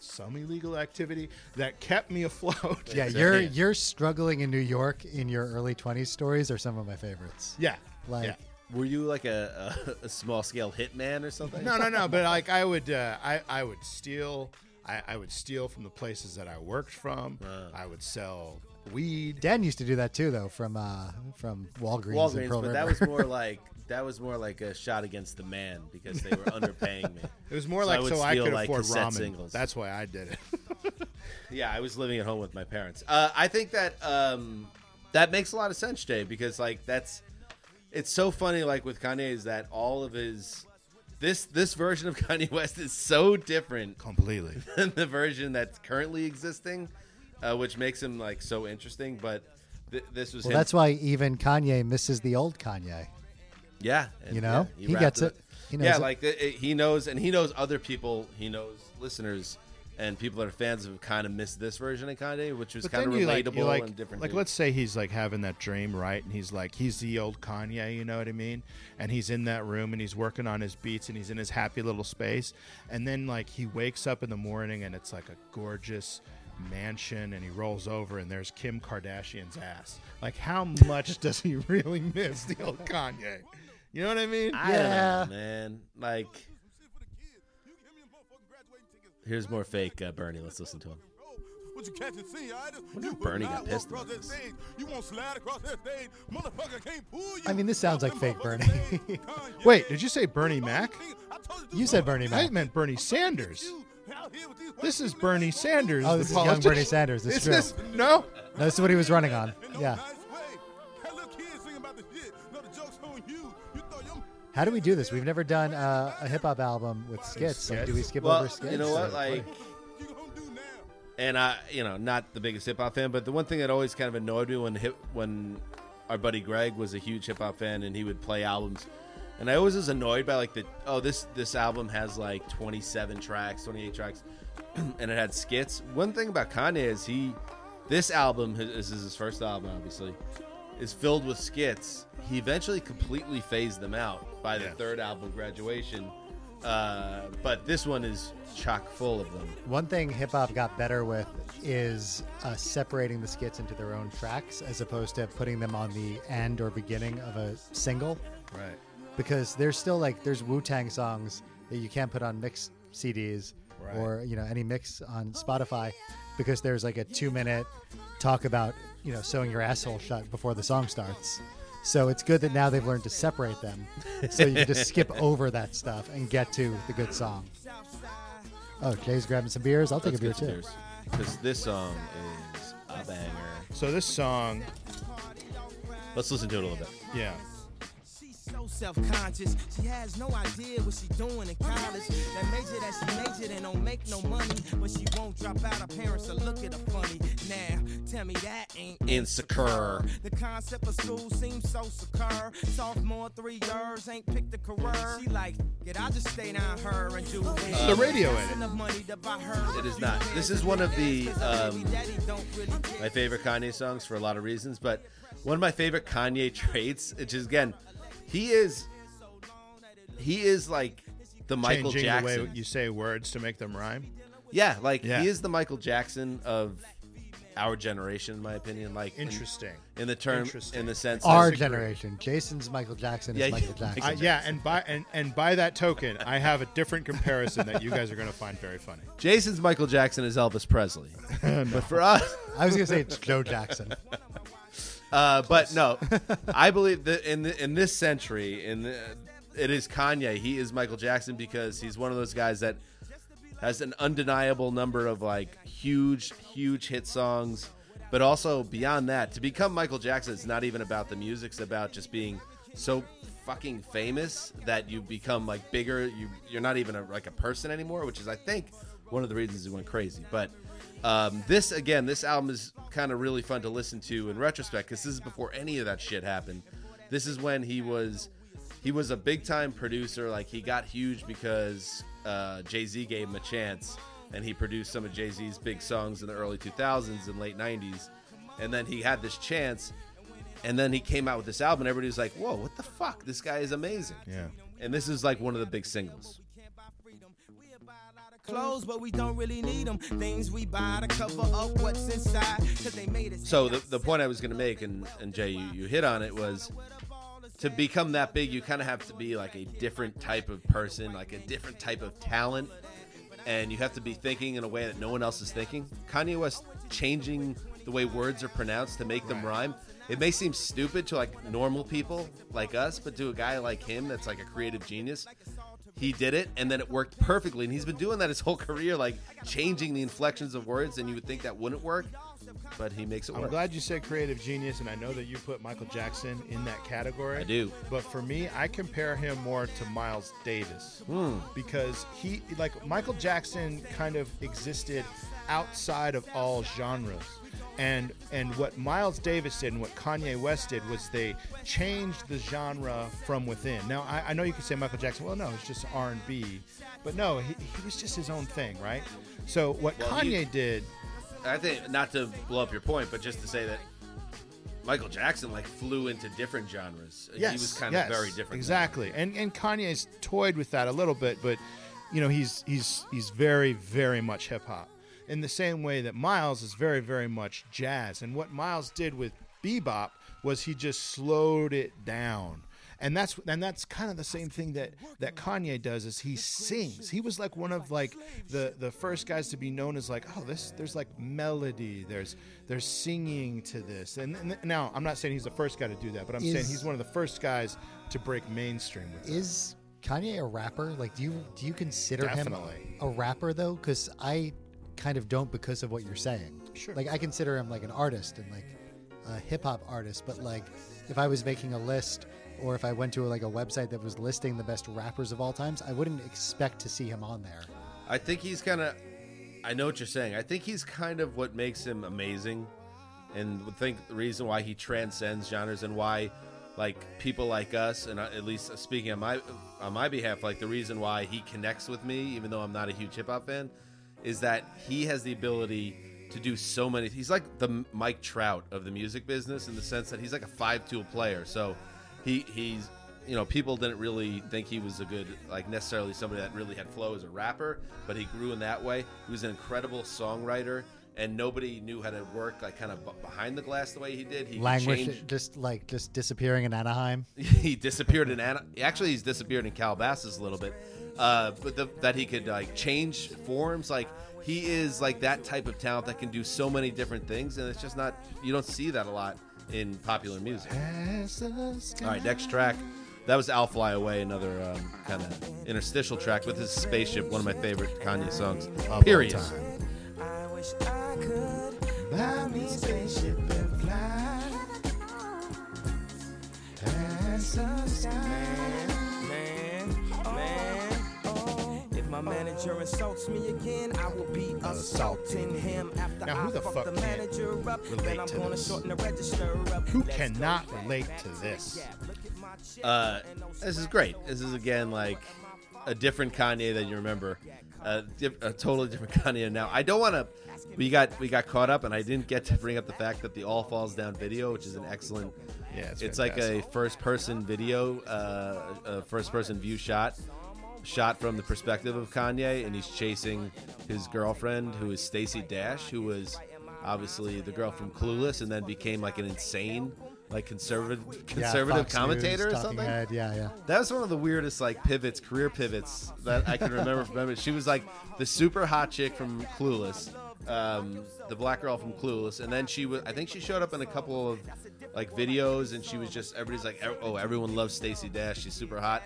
[SPEAKER 3] some illegal activity that kept me afloat.
[SPEAKER 4] Yeah, your your struggling in New York in your early 20s stories are some of my favorites.
[SPEAKER 3] Yeah.
[SPEAKER 4] Like-
[SPEAKER 3] yeah.
[SPEAKER 2] Were you like a, a, a small scale hitman or something?
[SPEAKER 3] No, no, no. But like, I would, uh, I, I would steal. I, I would steal from the places that I worked from. I would sell weed.
[SPEAKER 4] Dan used to do that too, though, from uh, from Walgreens, in
[SPEAKER 2] Walgreens,
[SPEAKER 4] Pearl
[SPEAKER 2] but that was
[SPEAKER 4] River.
[SPEAKER 2] more like that was more like a shot against the man because they were underpaying me.
[SPEAKER 3] It was more
[SPEAKER 2] So I
[SPEAKER 3] like
[SPEAKER 2] would
[SPEAKER 3] so I
[SPEAKER 2] steal,
[SPEAKER 3] could
[SPEAKER 2] like,
[SPEAKER 3] afford
[SPEAKER 2] cassette
[SPEAKER 3] ramen.
[SPEAKER 2] singles.
[SPEAKER 3] That's why I did it.
[SPEAKER 2] Yeah, I was living at home with my parents. Uh, I think that um, that makes a lot of sense, Jay, because like that's it's so funny. Like with Kanye, is that all of his this this version of Kanye West is so different
[SPEAKER 3] Completely.
[SPEAKER 2] than the version that's currently existing, uh, which makes him like so interesting. But th- this was
[SPEAKER 4] well,
[SPEAKER 2] him.
[SPEAKER 4] that's why even Kanye misses the old Kanye.
[SPEAKER 2] Yeah, and-
[SPEAKER 4] You know?
[SPEAKER 2] yeah,
[SPEAKER 4] He
[SPEAKER 2] wrapped
[SPEAKER 4] gets
[SPEAKER 2] up.
[SPEAKER 4] it. He knows
[SPEAKER 2] yeah,
[SPEAKER 4] it.
[SPEAKER 2] like it, it- he knows, and he knows other people. He knows listeners and people that are fans of kind of miss this version of Kanye, which was
[SPEAKER 3] But
[SPEAKER 2] kind
[SPEAKER 3] then
[SPEAKER 2] of
[SPEAKER 3] you like,
[SPEAKER 2] relatable
[SPEAKER 3] you like,
[SPEAKER 2] and different.
[SPEAKER 3] like
[SPEAKER 2] dude.
[SPEAKER 3] let's say he's like having that dream, right? And he's like, he's the old Kanye, you know what I mean? And he's in that room and he's working on his beats and he's in his happy little space. And then like he wakes up in the morning and it's like a gorgeous mansion and he rolls over and there's Kim Kardashian's ass. Like how much does he really miss the old Kanye? You know what I mean?
[SPEAKER 2] I don't know,
[SPEAKER 4] Yeah.
[SPEAKER 2] man. Like, here's more fake uh, Bernie. Let's listen to him.
[SPEAKER 8] What you catch and see, all right?
[SPEAKER 2] Wonder if
[SPEAKER 8] You will
[SPEAKER 2] Bernie
[SPEAKER 8] not
[SPEAKER 2] got
[SPEAKER 8] walk
[SPEAKER 2] pissed
[SPEAKER 8] across
[SPEAKER 2] about
[SPEAKER 8] that
[SPEAKER 2] this.
[SPEAKER 8] stage. You won't slide across that stage. Motherfucker can't pull you.
[SPEAKER 4] I mean, this sounds like
[SPEAKER 8] Off
[SPEAKER 4] fake
[SPEAKER 8] that
[SPEAKER 4] Bernie.
[SPEAKER 8] motherfucking stage. Kanye.
[SPEAKER 3] Wait, did you say Bernie Mac?
[SPEAKER 8] I told
[SPEAKER 4] You said Bernie
[SPEAKER 3] I
[SPEAKER 4] Mac.
[SPEAKER 3] meant Bernie Sanders. This is Bernie Sanders.
[SPEAKER 4] Oh,
[SPEAKER 3] the
[SPEAKER 4] this is young
[SPEAKER 3] politician.
[SPEAKER 4] Bernie Sanders, it's
[SPEAKER 3] This
[SPEAKER 4] true.
[SPEAKER 3] is no.
[SPEAKER 4] No, this is what he was running on. Yeah. How do we do this? We've never done uh, a hip hop album with skits. Like, do we skip
[SPEAKER 2] Well,
[SPEAKER 4] over skits?
[SPEAKER 2] you know
[SPEAKER 4] or-
[SPEAKER 2] what? Like, and I, you know, not the biggest hip hop fan, but the one thing that always kind of annoyed me when hip when our buddy Greg was a huge hip hop fan and he would play albums, and I always was annoyed by like the oh this this album has like 27 tracks, 28 tracks, and it had skits. One thing about Kanye is he, this album his- this is his first album obviously, is filled with skits. He eventually completely phased them out by the
[SPEAKER 3] Yeah.
[SPEAKER 2] third album, Graduation. Uh, but this one is chock full of them.
[SPEAKER 4] One thing hip hop got better with is uh, separating the skits into their own tracks as opposed to putting them on the end or beginning of a single.
[SPEAKER 2] Right.
[SPEAKER 4] Because there's still like, there's Wu Tang songs that you can't put on mix CDs or, you know, any mix on Spotify because there's like a two minute talk about, you know, sewing your asshole shut before the song starts. So it's good that now they've learned to separate them, so you can just skip over that stuff and get to the good song. Oh, Jay's grabbing some beers. I'll take a beer too.
[SPEAKER 2] Because this song is a banger.
[SPEAKER 3] So this song,
[SPEAKER 2] Let's listen to it a little bit.
[SPEAKER 3] yeah.
[SPEAKER 8] She's so self-conscious. She has no idea what she's doing in college. That major that she majored in don't make no money, but she won't drop out. Her parents will look at her funny. Now, tell me that ain't
[SPEAKER 2] Insecure.
[SPEAKER 8] The concept of school seems so secure. Sophomore three years ain't picked a career. She like, get I just stay down her and do this.
[SPEAKER 3] the radio in it.
[SPEAKER 8] Enough money to buy her.
[SPEAKER 2] It is not. This is one of the um,
[SPEAKER 8] Daddy don't really care.
[SPEAKER 2] my favorite Kanye songs for a lot of reasons, but one of my favorite Kanye traits, which is again, he is he is like the Michael
[SPEAKER 3] Changing
[SPEAKER 2] Jackson.
[SPEAKER 3] the way you say words to make them rhyme.
[SPEAKER 2] yeah, like
[SPEAKER 3] Yeah.
[SPEAKER 2] he is the Michael Jackson of our generation, in my opinion. Like in-
[SPEAKER 3] Interesting.
[SPEAKER 2] in, the term,
[SPEAKER 3] Interesting.
[SPEAKER 2] in the sense,
[SPEAKER 4] Our
[SPEAKER 2] of,
[SPEAKER 4] generation. Jason's Michael Jackson
[SPEAKER 2] Yeah,
[SPEAKER 4] is Michael
[SPEAKER 2] yeah.
[SPEAKER 4] Jackson.
[SPEAKER 3] I, yeah, and by and, and by that token, I have a different comparison that you guys are going to find very funny.
[SPEAKER 2] Jason's Michael Jackson is Elvis Presley, but for us.
[SPEAKER 4] I was gonna say it's Joe Jackson.
[SPEAKER 2] Uh, but no, I believe that in the, in this century, in the, it is Kanye. He is Michael Jackson because he's one of those guys that has an undeniable number of like huge, huge hit songs. But also beyond that, to become Michael Jackson, it's not even about the music. It's about just being so fucking famous that you become like bigger. You you're not even a, like a person anymore, which is I think one of the reasons he went crazy. But um, this again, this album is kind of really fun to listen to in retrospect because this is before any of that shit happened. This is when he was he was a big time producer. Like he got huge because uh, Jay Z gave him a chance, and he produced some of Jay Z's big songs in the early 2000s and late 90s. And then he had this chance, and then he came out with this album, and everybody was like, "Whoa, what the fuck? This guy is amazing!"
[SPEAKER 3] Yeah.
[SPEAKER 2] And this is like one of the big singles.
[SPEAKER 8] Clothes, but we don't really need them. Things we buy to cover up what's inside. Cause they made us
[SPEAKER 2] So the, the point I was going to make, and, and Jay, you, you hit on it, was to become that big, you kind of have to be like a different type of person, like a different type of talent, and you have to be thinking in a way that no one else is thinking. Kanye West changing the way words are pronounced to make them rhyme. It may seem stupid to like normal people like us, but to a guy like him that's like a creative genius, he did it and then it worked perfectly and he's been doing that his whole career like changing the inflections of words and you would think that wouldn't work but he makes it
[SPEAKER 3] I'm
[SPEAKER 2] work
[SPEAKER 3] glad you said creative genius, and I know that you put Michael Jackson in that category.
[SPEAKER 2] I do.
[SPEAKER 3] But for me, I compare him more to Miles Davis
[SPEAKER 2] Hmm.
[SPEAKER 3] because he, like Michael Jackson, kind of existed outside of all genres. And and what Miles Davis did and what Kanye West did was they changed the genre from within. Now I, I know you could say Michael Jackson. Well, no, it's just R and B, but no, he, he was just his own thing, right? So what
[SPEAKER 2] Well,
[SPEAKER 3] Kanye
[SPEAKER 2] he-
[SPEAKER 3] did
[SPEAKER 2] I think not to blow up your point, but just to say that Michael Jackson like flew into different genres. he was kind
[SPEAKER 3] yes,
[SPEAKER 2] of very different.
[SPEAKER 3] Exactly. And and Kanye's toyed with that a little bit, but you know, he's he's he's very very much hip hop. In the same way that Miles is very very much jazz. And what Miles did with bebop was he just slowed it down. And that's and that's kind of the same thing that that Kanye does is he sings. He was like one of like the the first guys to be known as like oh this there's like melody there's there's singing to this. And, and now I'm not saying he's the first guy to do that, but I'm saying
[SPEAKER 4] Is-
[SPEAKER 3] he's one of the first guys to break mainstream with that.
[SPEAKER 4] Is Kanye a rapper? Like, do you do you consider
[SPEAKER 3] Definitely.
[SPEAKER 4] him a rapper though? Because I kind of don't because of what you're saying.
[SPEAKER 3] Sure.
[SPEAKER 4] Like, I consider him like an artist and like a hip hop artist. But like, if I was making a list or if I went to like a website that was listing the best rappers of all times, I wouldn't expect to see him on there.
[SPEAKER 2] I think he's kind of. I know what you're saying. I think he's kind of what makes him amazing, and would think the reason why he transcends genres and why, like people like us, and I- at least speaking on my on my behalf, like the reason why he connects with me, even though I'm not a huge hip hop fan, is that he has the ability to do so many. He's like the Mike Trout of the music business in the sense that he's like a five tool player. So he he's you know people didn't really think he was a good like necessarily somebody that really had flow as a rapper but he grew in that way he was an incredible songwriter and nobody knew how to work like kind of b- behind the glass the way he did he
[SPEAKER 4] Language
[SPEAKER 2] changed-
[SPEAKER 4] just like just disappearing in Anaheim.
[SPEAKER 2] he disappeared in Ana- actually he's disappeared in Calabasas a little bit uh, but the, that he could like change forms like he is like that type of talent that can do so many different things and it's just not you don't see that a lot in popular music. All right, next track. That was "I'll Fly Away," another um, kind of interstitial track with his spaceship. One of my favorite Kanye songs. Period.
[SPEAKER 8] I wish I could man, man. If my manager insults me again, I will be assaulting him after
[SPEAKER 3] Now, who
[SPEAKER 8] I
[SPEAKER 3] the
[SPEAKER 8] fuck
[SPEAKER 3] fuck
[SPEAKER 8] the
[SPEAKER 3] can't
[SPEAKER 8] manager up.
[SPEAKER 3] relate
[SPEAKER 8] Then I'm
[SPEAKER 3] to
[SPEAKER 8] gonna
[SPEAKER 3] this?
[SPEAKER 8] shorten the register up.
[SPEAKER 3] Who
[SPEAKER 8] Let's go
[SPEAKER 3] cannot
[SPEAKER 8] back,
[SPEAKER 3] relate
[SPEAKER 8] back
[SPEAKER 3] to
[SPEAKER 8] the
[SPEAKER 3] this?
[SPEAKER 8] gap. Look at my chest
[SPEAKER 2] Uh,
[SPEAKER 8] and no
[SPEAKER 2] this is
[SPEAKER 8] slack,
[SPEAKER 2] great.
[SPEAKER 8] no
[SPEAKER 2] This is
[SPEAKER 8] slack,
[SPEAKER 2] again
[SPEAKER 8] no
[SPEAKER 2] like
[SPEAKER 8] at my
[SPEAKER 2] a different Kanye than you remember. A, diff- a totally different Kanye now. I don't want to. We got we got caught up, and I didn't get to bring up the fact that the All Falls Down video, which is an excellent.
[SPEAKER 3] Yeah,
[SPEAKER 2] It's, like a first person video, uh, a first person view shot, shot from the perspective of Kanye, and he's chasing his girlfriend, who is Stacey Dash, who was obviously the girl from Clueless, and then became like an insane, like conservative
[SPEAKER 4] Yeah,
[SPEAKER 2] conservative
[SPEAKER 4] Fox News,
[SPEAKER 2] commentator or
[SPEAKER 4] Talking
[SPEAKER 2] something.
[SPEAKER 4] Head, Yeah, yeah.
[SPEAKER 2] That was one of the weirdest like pivots, career pivots that I can remember from memory. She was like the super hot chick from Clueless, um, the black girl from Clueless, and then she was. I think she showed up in a couple of like videos, and she was just everybody's like, oh, everyone loves Stacey Dash. She's super hot.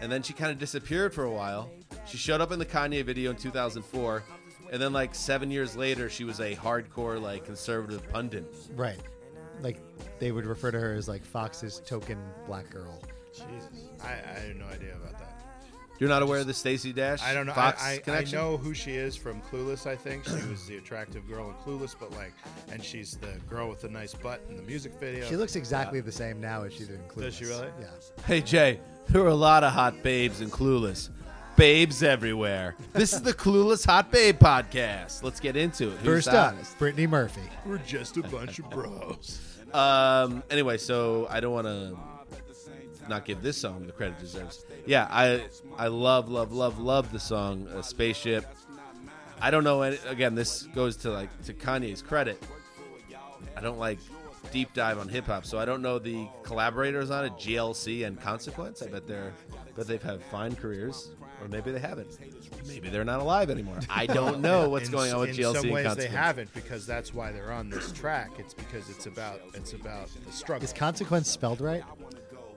[SPEAKER 2] And then she kind of disappeared for a while. She showed up in the Kanye video in 2004, and then like seven years later, she was a hardcore like conservative pundit.
[SPEAKER 4] Right. Like they would refer to her as like Fox's token black girl.
[SPEAKER 3] Jesus. I, I have no idea about that.
[SPEAKER 2] You're not aware of the Stacey Dash
[SPEAKER 3] I don't know.
[SPEAKER 2] Fox
[SPEAKER 3] I, I, I
[SPEAKER 2] connection?
[SPEAKER 3] know who she is from Clueless. I think she was the attractive girl in Clueless, but like, and she's the girl with the nice butt in the music video.
[SPEAKER 4] She looks exactly the same now as she did in Clueless.
[SPEAKER 3] Does she really?
[SPEAKER 4] Yeah.
[SPEAKER 2] Hey Jay, there were a lot of hot babes and clueless. Babes everywhere. This is the Clueless Hot Babe podcast. Let's get into it. Who's
[SPEAKER 4] First up,
[SPEAKER 2] honest?
[SPEAKER 4] Brittany Murphy.
[SPEAKER 3] We're just a bunch of bros.
[SPEAKER 2] Um. Anyway, so I don't want to not give this song the credit it deserves. Yeah, I I love love love love the song uh, "Spaceship." I don't know. Any, again, this goes to like to Kanye's credit. I don't like deep dive on hip hop, so I don't know the collaborators on it. GLC and Consequence. I bet they're but they've had fine careers, or maybe they haven't. Maybe they're not alive anymore. I don't know what's
[SPEAKER 3] In-
[SPEAKER 2] going on with
[SPEAKER 3] in
[SPEAKER 2] GLC
[SPEAKER 3] some
[SPEAKER 2] and
[SPEAKER 3] ways, they
[SPEAKER 2] Consequence.
[SPEAKER 3] haven't because that's why they're on this track. It's because it's about it's about the struggle.
[SPEAKER 4] Is consequence spelled right?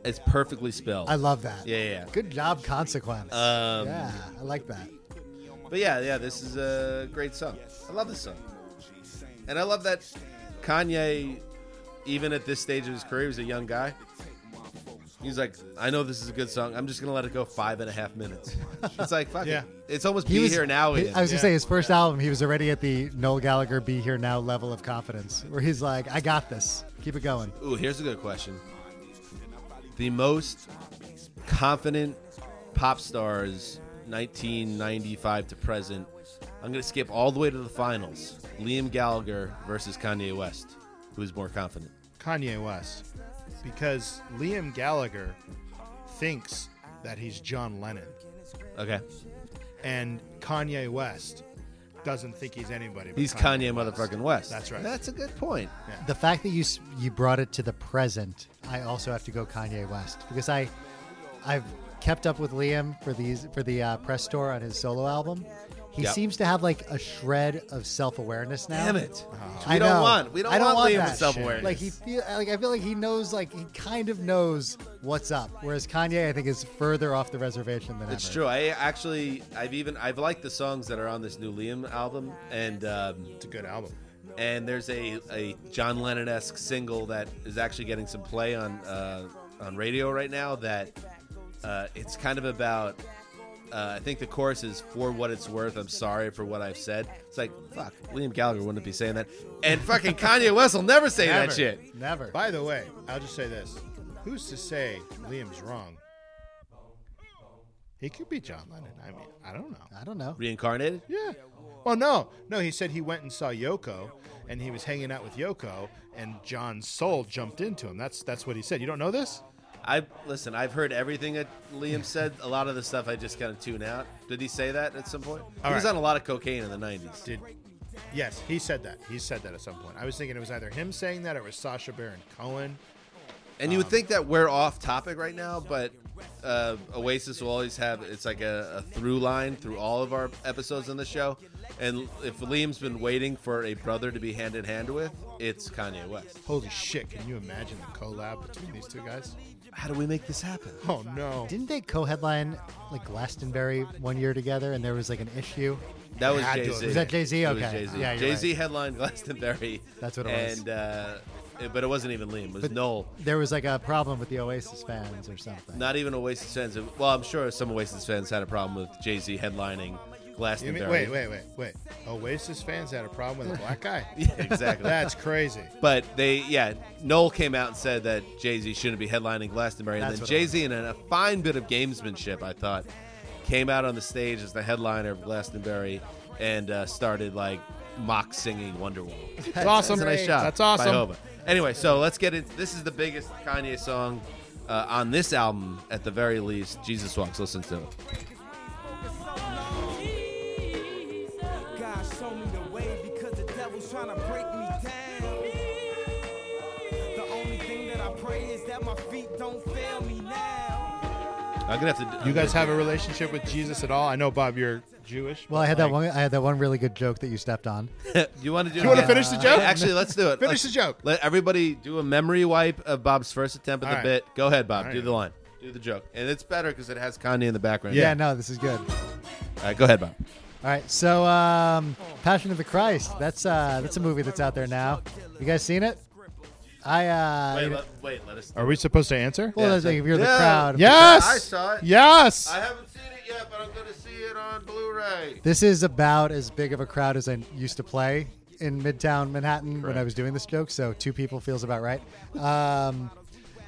[SPEAKER 2] It's perfectly spelled.
[SPEAKER 4] I love that.
[SPEAKER 2] Yeah, yeah, yeah.
[SPEAKER 4] Good job, consequence.
[SPEAKER 2] Um,
[SPEAKER 4] yeah, I like that.
[SPEAKER 2] But yeah, yeah, this is a great song. I love this song. And I love that Kanye, even at this stage of his career, he's a young guy. He's like, I know this is a good song. I'm just gonna let it go five and a half minutes. It's like, fuck
[SPEAKER 3] Yeah.
[SPEAKER 2] it. It's almost be here now.
[SPEAKER 4] he-
[SPEAKER 2] again.
[SPEAKER 4] I was
[SPEAKER 3] Yeah.
[SPEAKER 4] gonna say his first album. He was already at the Noel Gallagher "Be Here Now" level of confidence, where he's like, "I got this. Keep it going."
[SPEAKER 2] Ooh, here's a good question. The most confident pop stars 1995 to present. I'm going to skip all the way to the finals. Liam Gallagher versus Kanye West. Who's more confident?
[SPEAKER 3] Kanye West because Liam Gallagher thinks that he's John Lennon,
[SPEAKER 2] Okay.
[SPEAKER 3] and Kanye West doesn't think he's anybody. But
[SPEAKER 2] He's Kanye, motherfucking West.
[SPEAKER 3] That's right.
[SPEAKER 2] That's a good point.
[SPEAKER 4] The fact that you s- you brought it to the present, I also have to go Kanye West because I I've kept up with Liam for these for the uh, press tour on his solo album. He
[SPEAKER 2] Yep.
[SPEAKER 4] seems to have like a shred of self awareness now.
[SPEAKER 2] Damn it.
[SPEAKER 4] I
[SPEAKER 2] We don't
[SPEAKER 4] know.
[SPEAKER 2] want- we don't
[SPEAKER 4] I don't
[SPEAKER 2] want
[SPEAKER 4] want
[SPEAKER 2] Liam
[SPEAKER 4] that
[SPEAKER 2] with self
[SPEAKER 4] shit.
[SPEAKER 2] awareness.
[SPEAKER 4] Like he feel like I feel like he knows like he kind of knows what's up, whereas Kanye I think is further off the reservation than
[SPEAKER 2] It's
[SPEAKER 4] ever.
[SPEAKER 2] true. I actually, I've even, I've liked the songs that are on this new Liam album, and um,
[SPEAKER 3] It's a good album.
[SPEAKER 2] and there's a, a John Lennon esque single that is actually getting some play on uh, on radio right now. That uh, it's kind of about. Uh, I think the chorus is "For what it's worth, I'm sorry for what I've said." It's like fuck, Liam Gallagher wouldn't be saying that, and fucking Kanye West will never say
[SPEAKER 3] Never.
[SPEAKER 2] that shit.
[SPEAKER 4] Never.
[SPEAKER 3] By the way, I'll just say this: Who's to say Liam's wrong? He could be John Lennon. I mean, I don't know.
[SPEAKER 4] I don't know.
[SPEAKER 2] Reincarnated?
[SPEAKER 3] Yeah. Well, no, no. He said he went and saw Yoko, and he was hanging out with Yoko, and John's soul jumped into him. That's that's what he said. You don't know this?
[SPEAKER 2] I listen. I've heard everything that Liam said. A lot of the stuff I just kind of tune out. Did he say that at some point? he was
[SPEAKER 3] right.
[SPEAKER 2] on a lot of cocaine in the '90s.
[SPEAKER 3] Did yes, he said that. He said that at some point. I was thinking it was either him saying that or it was Sasha Baron Cohen.
[SPEAKER 2] Um, And you would think that we're off topic right now, but uh, Oasis will always have it's like a, a through line through all of our episodes on the show. And if Liam's been waiting for a brother to be hand in hand with, it's Kanye West.
[SPEAKER 3] Holy shit! Can you imagine the collab between these two guys?
[SPEAKER 2] How do we make this happen?
[SPEAKER 3] Oh no!
[SPEAKER 4] Didn't they co-headline like Glastonbury one year together, and there was like an issue?
[SPEAKER 2] That was
[SPEAKER 3] Had to
[SPEAKER 2] Jay
[SPEAKER 3] have
[SPEAKER 2] Z.
[SPEAKER 3] been. Was
[SPEAKER 4] that Jay-Z? Okay.
[SPEAKER 2] Jay Z.
[SPEAKER 4] Yeah, you're
[SPEAKER 2] Jay Z
[SPEAKER 4] right.
[SPEAKER 2] headlined Glastonbury.
[SPEAKER 4] That's what it was.
[SPEAKER 2] And uh, it- but it wasn't even Liam. It was
[SPEAKER 4] But-
[SPEAKER 2] Noel.
[SPEAKER 4] There was like a problem with the Oasis fans or something.
[SPEAKER 2] Not even Oasis fans. Well, I'm sure some Oasis fans had a problem with Jay Z headlining
[SPEAKER 3] You
[SPEAKER 2] Glastonbury.
[SPEAKER 3] mean, wait, wait, wait, wait. Oasis fans had a problem with a black guy.
[SPEAKER 2] Yeah, exactly.
[SPEAKER 3] That's crazy.
[SPEAKER 2] But they, yeah, Noel came out and said that Jay Z shouldn't be headlining Glastonbury. And
[SPEAKER 4] That's
[SPEAKER 2] then
[SPEAKER 4] what it
[SPEAKER 2] Jay Z, in a fine bit of gamesmanship, I thought, came out on the stage as the headliner of Glastonbury and uh, started like mock singing Wonderwall. That's,
[SPEAKER 3] awesome.
[SPEAKER 2] That's a nice shot.
[SPEAKER 3] That's
[SPEAKER 2] by
[SPEAKER 3] awesome.
[SPEAKER 2] Hova. Anyway, so let's get into this. Is the biggest Kanye song uh, on this album, at the very least. Jesus Walks. Listen to it.
[SPEAKER 8] God show me the way because the devil's trying to break me down. The only thing that I pray is that my feet don't fail me now.
[SPEAKER 2] I'm gonna have to. I'm
[SPEAKER 3] You guys
[SPEAKER 2] gonna-
[SPEAKER 3] have a relationship with Jesus at all? I know, Bob, you're Jewish.
[SPEAKER 4] Well, I had that
[SPEAKER 3] like-
[SPEAKER 4] one. I had that one really good joke that you stepped on.
[SPEAKER 2] you want to do? it
[SPEAKER 3] You wanna
[SPEAKER 2] again?
[SPEAKER 3] finish the joke?
[SPEAKER 2] Actually, let's do it. Let's-
[SPEAKER 3] Finish the joke.
[SPEAKER 2] Let everybody do a memory wipe of Bob's first attempt at the
[SPEAKER 3] All right.
[SPEAKER 2] bit. Go ahead, Bob.
[SPEAKER 3] All
[SPEAKER 2] Do
[SPEAKER 3] right.
[SPEAKER 2] the line. Do the joke, and it's better because it has Kanye in the background.
[SPEAKER 4] Yeah.
[SPEAKER 3] Yeah.
[SPEAKER 4] no, this is good. All
[SPEAKER 2] All right, go ahead, Bob.
[SPEAKER 4] right, so um, Passion of the Christ. That's uh, that's a movie that's out there now. You guys seen it? I uh, you know-
[SPEAKER 2] wait, let us.
[SPEAKER 3] Are we supposed to answer?
[SPEAKER 4] well,
[SPEAKER 2] Yeah,
[SPEAKER 4] that's
[SPEAKER 2] so-
[SPEAKER 4] like if you're
[SPEAKER 2] Yeah.
[SPEAKER 4] the crowd.
[SPEAKER 3] yes.
[SPEAKER 2] I saw it.
[SPEAKER 3] Yes.
[SPEAKER 2] I haven't seen it yet, but I'm gonna see it on Blu-ray.
[SPEAKER 4] This is about as big of a crowd as I used to play in Midtown Manhattan when I was doing this joke. So two people feels about right. Um,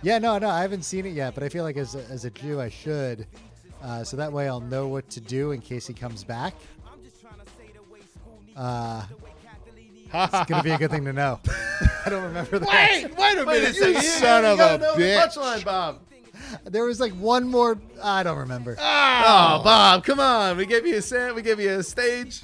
[SPEAKER 4] yeah, no, no, I haven't seen it yet, but I feel like as a, as a Jew, I should. Uh, so that way I'll know what to do in case he comes back. Uh, it's gonna be a good thing to know. I don't remember that.
[SPEAKER 3] wait, wait a
[SPEAKER 2] Wait a
[SPEAKER 3] minute,
[SPEAKER 2] second,
[SPEAKER 3] you son
[SPEAKER 2] you
[SPEAKER 3] of
[SPEAKER 2] gotta
[SPEAKER 3] a
[SPEAKER 2] know the
[SPEAKER 3] bitch!
[SPEAKER 2] punchline, Bob.
[SPEAKER 4] There was like one more. I don't remember.
[SPEAKER 2] Oh, Bob, come on. We gave you a sand. We gave you a stage.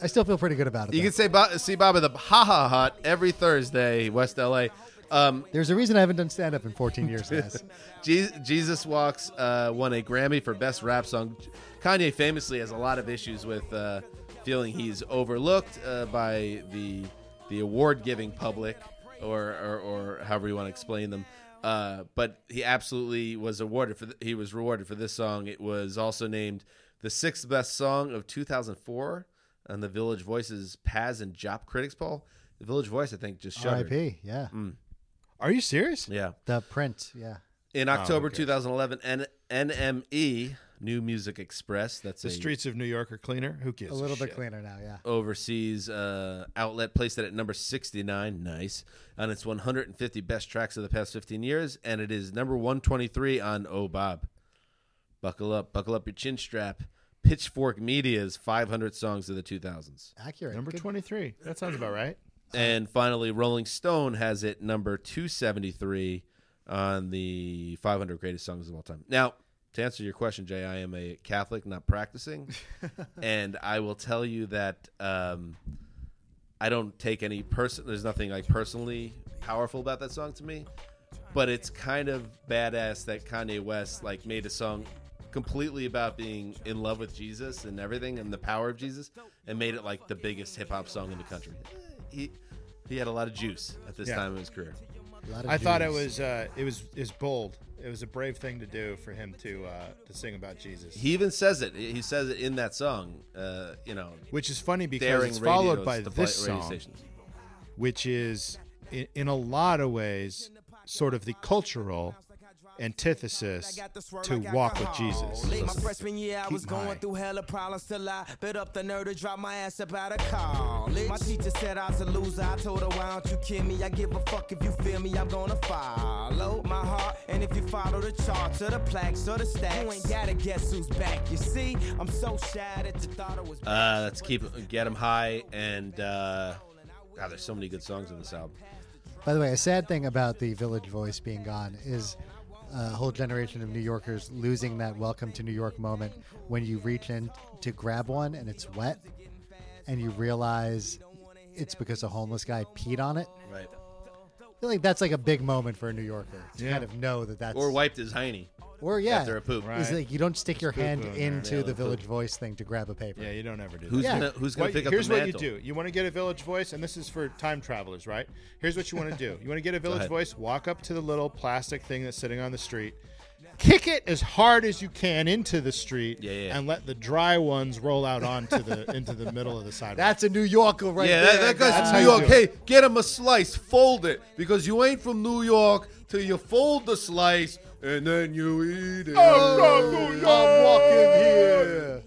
[SPEAKER 4] I still feel pretty good about it.
[SPEAKER 2] You
[SPEAKER 4] though.
[SPEAKER 2] can say Bob, see Bob at the Ha Ha Hut every Thursday, West LA. Um,
[SPEAKER 4] There's a reason I haven't done stand up in 14 years, guys.
[SPEAKER 2] Je- Jesus Walks uh, won a Grammy for Best Rap Song. Kanye famously has a lot of issues with uh, feeling he's overlooked uh, by the the award giving public, or, or or however you want to explain them. Uh, but he absolutely was awarded for. th- he was rewarded for this song. It was also named the sixth best song of 2004 on the Village Voices Paz and Jop Critics poll. The Village Voice, I think, just shuddered.
[SPEAKER 4] R.I.P. Yeah,
[SPEAKER 3] Mm. Are you serious?
[SPEAKER 2] Yeah.
[SPEAKER 4] the print. Yeah.
[SPEAKER 3] Oh,
[SPEAKER 2] In October 2011, N- NME, New Music Express, that's
[SPEAKER 3] The
[SPEAKER 2] a
[SPEAKER 3] streets of New York are cleaner. Who gives
[SPEAKER 4] a little bit
[SPEAKER 3] shit?
[SPEAKER 4] cleaner now. Yeah.
[SPEAKER 2] overseas uh, outlet, placed it at number 69, nice, on its 150 best tracks of the past 15 years, and it is number 123 on Oh Bob. Buckle up, buckle up your chin strap. Pitchfork Media's 500 songs of the 2000s.
[SPEAKER 4] Accurate.
[SPEAKER 3] Number
[SPEAKER 4] Good.
[SPEAKER 3] twenty-three. That sounds about right.
[SPEAKER 2] And finally, Rolling Stone has it number 273 on the 500 greatest songs of all time. Now, to answer your question, Jay, I am a Catholic, not practicing. and I will tell you that um, I don't take any person, there's nothing like personally powerful about that song to me. But it's kind of badass that Kanye West like made a song completely about being in love with Jesus and everything and the power of Jesus and made it like the biggest hip hop song in the country. He he had a lot of juice at this
[SPEAKER 3] Yeah.
[SPEAKER 2] time in his career.
[SPEAKER 4] A lot of
[SPEAKER 3] I thought it
[SPEAKER 4] Jews.
[SPEAKER 3] was uh, it was is bold. It was a brave thing to do for him to uh, to sing about Jesus,
[SPEAKER 2] He even says it. He says it in that song. Uh, you know,
[SPEAKER 3] which is funny because
[SPEAKER 2] daring
[SPEAKER 3] it's followed
[SPEAKER 2] radios
[SPEAKER 3] by
[SPEAKER 2] to
[SPEAKER 3] this
[SPEAKER 2] pla- radio
[SPEAKER 3] song,
[SPEAKER 2] stations.
[SPEAKER 3] which is in, in a lot of ways sort of the cultural antithesis to walk with Jesus.
[SPEAKER 8] Late my freshman year, I
[SPEAKER 3] Keep
[SPEAKER 8] was
[SPEAKER 3] in
[SPEAKER 8] going
[SPEAKER 3] mind.
[SPEAKER 8] through hella problems till I bit up the nerve to drop my ass up out of college. My teacher said I was a loser. I told her, why don't you kill me? I give a fuck if you feel me. I'm gonna follow my heart. And if you follow the charts or the plaques or the stacks, you ain't gotta guess who's back. You see, I'm so shy that you thought I was back.
[SPEAKER 2] Uh, let's keep get him high and uh, God, there's so many good songs on this album.
[SPEAKER 4] By the way, a sad thing about the Village Voice being gone is uh, a whole generation of New Yorkers losing that welcome to New York moment when you reach in to grab one and it's wet and you realize it's because a homeless guy peed on it.
[SPEAKER 2] Right.
[SPEAKER 4] feel like that's like a big moment for a New Yorker to
[SPEAKER 3] Yeah.
[SPEAKER 4] kind of know that that's
[SPEAKER 2] or wiped his hiney.
[SPEAKER 4] or yeah
[SPEAKER 2] after a poop.
[SPEAKER 4] Is
[SPEAKER 3] Right.
[SPEAKER 4] like you don't stick your hand
[SPEAKER 3] on there.
[SPEAKER 4] into
[SPEAKER 2] Yeah,
[SPEAKER 4] the
[SPEAKER 2] the
[SPEAKER 4] Village Voice thing to grab a paper.
[SPEAKER 3] Yeah, you don't ever do that.
[SPEAKER 2] Who's
[SPEAKER 4] Yeah.
[SPEAKER 2] gonna Who's gonna
[SPEAKER 3] What-
[SPEAKER 2] pick up
[SPEAKER 3] here's
[SPEAKER 2] the
[SPEAKER 3] what
[SPEAKER 2] mantle?
[SPEAKER 3] you do. You want to get a village voice, and this is for time travelers, right? Here's what you want to do. You want to get a village
[SPEAKER 2] ahead.
[SPEAKER 3] voice. Walk up to the little plastic thing that's sitting on the street. Kick it as hard as you can into the street,
[SPEAKER 2] Yeah, yeah.
[SPEAKER 3] and let the dry ones roll out onto the into the middle of the sidewalk.
[SPEAKER 4] That's a New Yorker right
[SPEAKER 2] Yeah,
[SPEAKER 4] there.
[SPEAKER 2] that, that guy's
[SPEAKER 4] guys.
[SPEAKER 2] from New
[SPEAKER 3] how you
[SPEAKER 2] York.
[SPEAKER 3] do
[SPEAKER 2] Hey, get him a slice, fold it, because you ain't from New York till you fold the slice and then you eat it.
[SPEAKER 4] I'm walking here.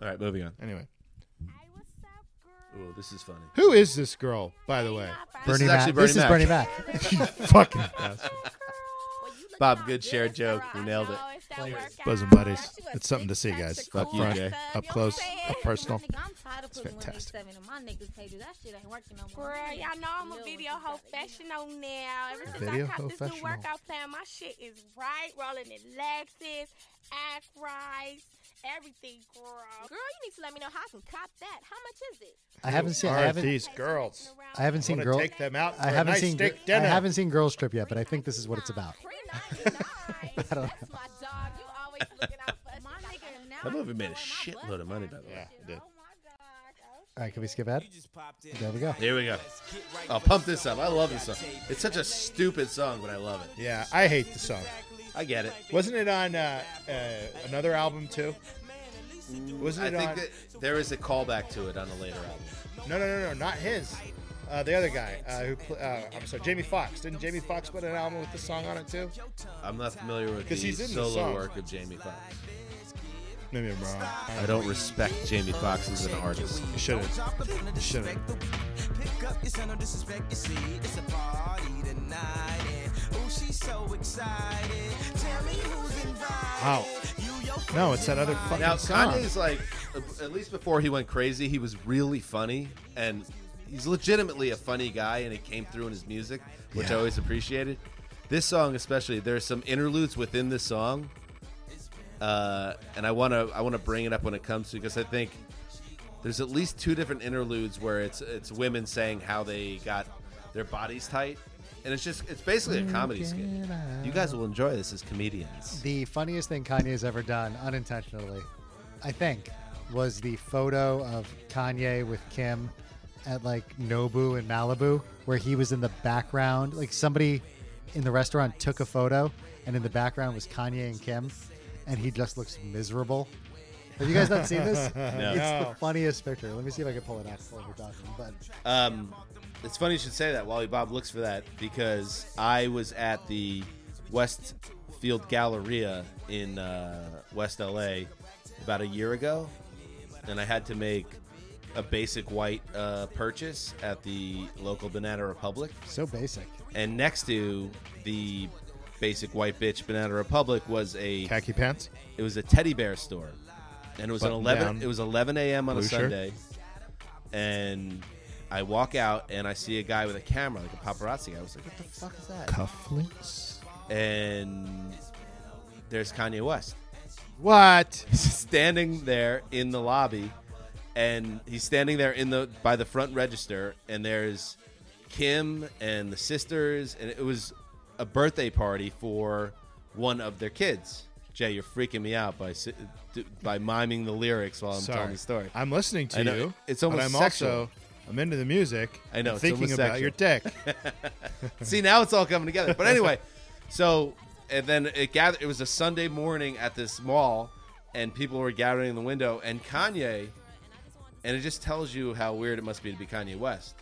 [SPEAKER 2] All right, moving on.
[SPEAKER 3] anyway.
[SPEAKER 2] Oh, this is funny.
[SPEAKER 3] Who is this girl, by the way?
[SPEAKER 2] This
[SPEAKER 4] Bernie
[SPEAKER 2] is actually
[SPEAKER 4] Mac. This is
[SPEAKER 2] Bernie
[SPEAKER 4] Bernie
[SPEAKER 2] Mac.
[SPEAKER 4] Mac.
[SPEAKER 3] Fucking bastard.
[SPEAKER 2] Bob, good share joke. You nailed it.
[SPEAKER 3] Bosom buddies. It's something to see, guys.
[SPEAKER 2] Fuck
[SPEAKER 3] up
[SPEAKER 2] you,
[SPEAKER 3] front,
[SPEAKER 2] Jay.
[SPEAKER 3] up close, up personal. It's fantastic.
[SPEAKER 10] Girl, y'all know I'm a video hoe professional now. Ever since
[SPEAKER 3] Video hoe
[SPEAKER 10] I caught this new
[SPEAKER 3] professional.
[SPEAKER 10] workout plan, my shit is right. Rolling in Lexus, act right, everything, girl. Girl, you need to let me know how I can cop that. How much is it?
[SPEAKER 4] I haven't seen. I
[SPEAKER 3] Are
[SPEAKER 4] haven't.
[SPEAKER 3] these girls?
[SPEAKER 4] I haven't seen
[SPEAKER 3] Wanna
[SPEAKER 4] girl.
[SPEAKER 3] take them out
[SPEAKER 4] I
[SPEAKER 3] for a
[SPEAKER 4] haven't
[SPEAKER 3] nice
[SPEAKER 4] seen.
[SPEAKER 3] steak
[SPEAKER 4] I
[SPEAKER 3] dinner.
[SPEAKER 4] haven't seen Girls Trip yet, but I think this is what it's about.
[SPEAKER 10] I don't That's my dog. You always looking out for us. My Oh nigga, now
[SPEAKER 2] That movie made a shitload of money, by the way.
[SPEAKER 3] Yeah, I did.
[SPEAKER 10] Oh,
[SPEAKER 4] All right, can we skip that? There we go.
[SPEAKER 2] Here we go. I'll pump this up. I love this song. It's such a stupid song, but I love it.
[SPEAKER 3] Yeah, I hate the song.
[SPEAKER 2] I get it.
[SPEAKER 3] Wasn't it on uh, uh, another album too?
[SPEAKER 8] Mm,
[SPEAKER 3] Wasn't
[SPEAKER 2] I
[SPEAKER 3] it
[SPEAKER 2] think
[SPEAKER 3] on?
[SPEAKER 2] that there is a callback to it on a later album.
[SPEAKER 3] No, no, no, no, not his. Uh, the other guy uh, who, pl- uh, I'm sorry, Jamie Foxx. Didn't Jamie Foxx put an album with the song on it too?
[SPEAKER 2] I'm not familiar with
[SPEAKER 3] 'Cause
[SPEAKER 2] the
[SPEAKER 3] he's in the
[SPEAKER 2] solo
[SPEAKER 3] song.
[SPEAKER 2] work of Jamie Foxx.
[SPEAKER 3] Maybe I'm wrong.
[SPEAKER 2] I don't respect Jamie Foxx as an artist.
[SPEAKER 3] You should have.
[SPEAKER 8] Drop a pin of
[SPEAKER 3] Should've.
[SPEAKER 8] disrespect the weed. Pick up your son, no disrespect, you see. It's a party tonight. And ooh, she's so excited. Tell me who's invited.
[SPEAKER 3] Wow.
[SPEAKER 8] You, your
[SPEAKER 3] No,
[SPEAKER 8] friends
[SPEAKER 3] it's that other
[SPEAKER 8] invited.
[SPEAKER 3] fucking
[SPEAKER 2] Now
[SPEAKER 3] song.
[SPEAKER 2] Kanye's like, at least before he went crazy, he was really funny, and he's legitimately a funny guy, and it came through in his music, which I always appreciated. This song, especially, there's some interludes within this song, uh, and I wanna I wanna bring it up when it comes to because I think there's at least two different interludes where it's it's women saying how they got their bodies tight, and it's just it's basically a comedy skit. You guys will enjoy this as comedians.
[SPEAKER 4] The funniest thing Kanye's ever done, unintentionally, I think, was the photo of Kanye with Kim at like Nobu in Malibu, where he was in the background. Like somebody in the restaurant took a photo, and in the background was Kanye and Kim, and he just looks miserable. Have you guys not seen this? It's the funniest picture. Let me see if I can pull it out while we're talking. But
[SPEAKER 2] Um, it's funny you should say that, Wally Bob looks for that, because I was at the Westfield Galleria in uh, West LA about a year ago, and I had to make a basic white uh, purchase at the local Banana Republic.
[SPEAKER 4] so basic.
[SPEAKER 2] And next to the basic white bitch Banana Republic was a
[SPEAKER 3] Khaki pants.
[SPEAKER 2] it was a teddy bear store, and it was an
[SPEAKER 3] Button
[SPEAKER 2] eleven.
[SPEAKER 3] down.
[SPEAKER 2] It was eleven a.m. on a
[SPEAKER 3] Blue shirt.
[SPEAKER 2] Sunday, and I walk out and I see a guy with a camera, like a paparazzi guy. I was like, "What the fuck is that?"
[SPEAKER 3] Cufflinks.
[SPEAKER 2] And there's Kanye West
[SPEAKER 3] What?
[SPEAKER 2] standing there in the lobby, and he's standing there in the by the front register, and there's Kim and the sisters, and it was a birthday party for one of their kids. Jay, you're freaking me out by si- d- by miming the lyrics while I'm
[SPEAKER 3] Sorry.
[SPEAKER 2] telling the story.
[SPEAKER 3] I'm listening to
[SPEAKER 2] I know.
[SPEAKER 3] you.
[SPEAKER 2] It's
[SPEAKER 3] but
[SPEAKER 2] almost
[SPEAKER 3] I'm
[SPEAKER 2] sexual.
[SPEAKER 3] also I'm into the music.
[SPEAKER 2] I know,
[SPEAKER 3] I'm
[SPEAKER 2] it's
[SPEAKER 3] thinking
[SPEAKER 2] almost
[SPEAKER 3] about your dick.
[SPEAKER 2] See, now it's all coming together. But anyway, so and then it gathered. It was a Sunday morning at this mall, and people were gathering in the window. And Kanye, and it just tells you how weird it must be to be Kanye West.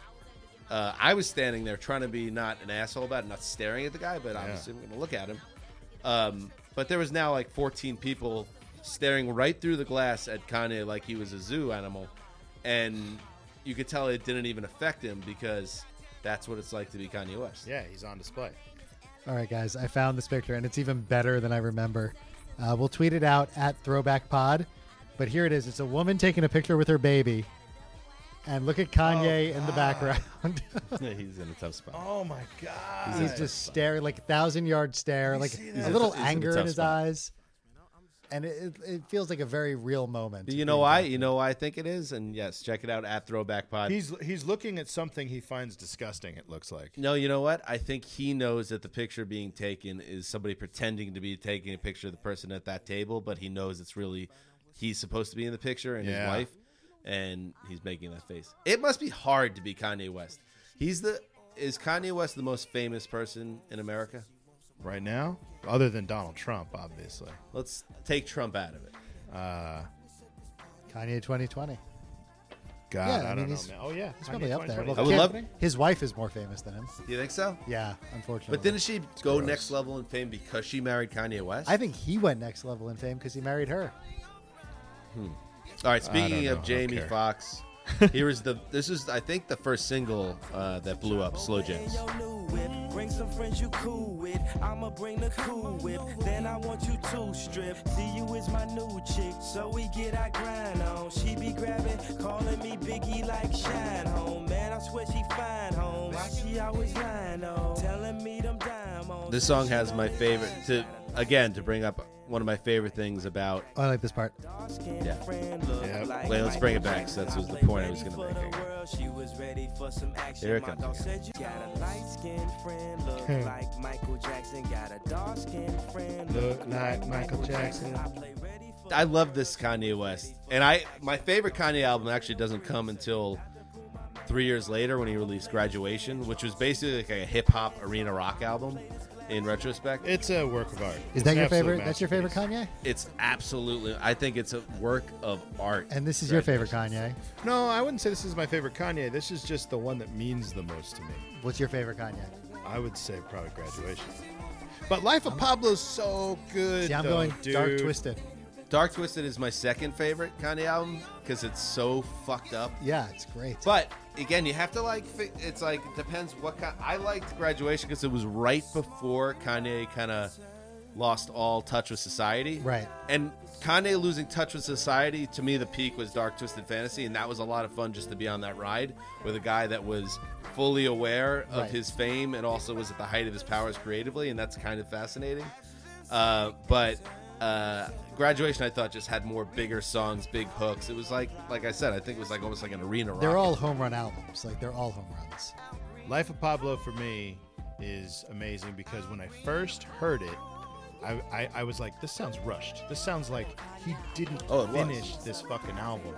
[SPEAKER 2] Uh, I was standing there trying to be not an asshole about it, not staring at the guy, but obviously I'm going to look at him. Um, but there was now like 14 people staring right through the glass at Kanye like he was a zoo animal, and you could tell it didn't even affect him because that's what it's like to be Kanye West.
[SPEAKER 3] yeah, he's on display.
[SPEAKER 4] All right, guys, I found this picture, and it's even better than I remember. Uh, we'll tweet it out at Throwback Pod, but here it is. It's a woman taking a picture with her baby, and look at Kanye in the background.
[SPEAKER 2] Yeah, he's in a tough spot.
[SPEAKER 3] Oh my god.
[SPEAKER 4] He's just staring, like a thousand yard stare, like
[SPEAKER 2] He's
[SPEAKER 4] a
[SPEAKER 2] in a
[SPEAKER 4] little
[SPEAKER 2] tou- he's in a
[SPEAKER 4] anger in
[SPEAKER 2] tough
[SPEAKER 4] his
[SPEAKER 2] spot.
[SPEAKER 4] eyes. and it, it, it feels like a very real moment.
[SPEAKER 2] You know why? You know why I think it is? And yes, check it out at Throwback Pod.
[SPEAKER 3] He's he's looking at something he finds disgusting. It looks like.
[SPEAKER 2] No, you know what? I think he knows that the picture being taken is somebody pretending to be taking a picture of the person at that table, but he knows it's really he's supposed to be in the picture and his
[SPEAKER 3] Yeah.
[SPEAKER 2] wife, and he's making that face. It must be hard to be Kanye West. He's the is Kanye West the most famous person in America?
[SPEAKER 3] Right now, other than Donald Trump, obviously.
[SPEAKER 2] Let's take Trump out of it.
[SPEAKER 4] Kanye 2020.
[SPEAKER 3] God,
[SPEAKER 4] Yeah, I
[SPEAKER 3] I,
[SPEAKER 4] mean,
[SPEAKER 3] don't know,
[SPEAKER 4] he's-
[SPEAKER 3] man. Oh yeah,
[SPEAKER 4] He's
[SPEAKER 3] Kanye
[SPEAKER 4] probably up there.
[SPEAKER 3] 2020.
[SPEAKER 4] Well,
[SPEAKER 2] I would love-
[SPEAKER 4] Kim- his wife is more famous than him.
[SPEAKER 2] Do you think so?
[SPEAKER 4] Yeah, unfortunately.
[SPEAKER 2] But didn't she go next level in fame because she married Kanye West?
[SPEAKER 4] I think he went next level in fame because he married her.
[SPEAKER 2] All right. Speaking
[SPEAKER 3] know, I
[SPEAKER 2] of
[SPEAKER 3] don't
[SPEAKER 2] Jamie
[SPEAKER 3] care.
[SPEAKER 2] Foxx, here is the. This is I think the first single uh, that blew up. Slow jams.
[SPEAKER 8] your new whip. Bring some friends you cool with. I'ma bring the cool whip. Then I want you to strip. See you is my new chick. So we get our grind on. She be grabbing, calling me Biggie like Shine Home. Man, I swear she fine home. Why she always lying on? Telling me them diamonds.
[SPEAKER 2] This song has my favorite. To again to bring up one of my favorite things about.
[SPEAKER 4] Oh, I like this part.
[SPEAKER 2] Yeah.
[SPEAKER 3] Yep.
[SPEAKER 2] Wait, let's bring it back. 'cause that's was the point I was gonna make. Hang on.
[SPEAKER 8] She was ready for some action.
[SPEAKER 2] Here it comes
[SPEAKER 8] My dog
[SPEAKER 2] again.
[SPEAKER 8] said you got a light skinned friend, look like Michael Jackson. Got a dark skinned friend,
[SPEAKER 3] Look like Michael Jackson.
[SPEAKER 8] I play ready for
[SPEAKER 2] I love this Kanye West, and I my favorite Kanye album actually doesn't come until three years later when he released Graduation, which was basically like a hip hop arena rock album. In retrospect,
[SPEAKER 3] It's a work of art.
[SPEAKER 4] Is
[SPEAKER 3] It's
[SPEAKER 4] that
[SPEAKER 3] an
[SPEAKER 4] your
[SPEAKER 3] absolute
[SPEAKER 4] favorite? That's your favorite
[SPEAKER 3] masterpiece.
[SPEAKER 4] Kanye?
[SPEAKER 2] it's absolutely. I think it's a work of art.
[SPEAKER 4] And this is your favorite Kanye.
[SPEAKER 3] No, I wouldn't say this is my favorite Kanye. This is just the one that means the most to me.
[SPEAKER 4] What's your favorite Kanye?
[SPEAKER 3] I would say probably graduation. But Life of Pablo's so good.
[SPEAKER 4] See, I'm
[SPEAKER 3] though,
[SPEAKER 4] going
[SPEAKER 3] dude.
[SPEAKER 4] dark twisted.
[SPEAKER 2] Dark Twisted is my second favorite Kanye album because it's so fucked up.
[SPEAKER 4] Yeah, it's great.
[SPEAKER 2] But again, you have to like. fi- It's like it depends what kind. I liked Graduation because it was right before Kanye kind of lost all touch with society.
[SPEAKER 4] Right.
[SPEAKER 2] And Kanye losing touch with society to me, the peak was Dark Twisted Fantasy, and that was a lot of fun just to be on that ride with a guy that was fully aware of
[SPEAKER 4] Right.
[SPEAKER 2] his fame and also was at the height of his powers creatively, and that's kind of fascinating. Uh, but uh, graduation, I thought just had more bigger songs, big hooks. It was like, like I said, I think it was like almost like an arena.
[SPEAKER 4] They're
[SPEAKER 2] rock.
[SPEAKER 4] all home run albums. Like they're all home runs.
[SPEAKER 3] Life of Pablo for me is amazing because when I first heard it, I, I, I was like, this sounds rushed. This sounds like he didn't
[SPEAKER 2] Oh, it was.
[SPEAKER 3] finish this fucking album.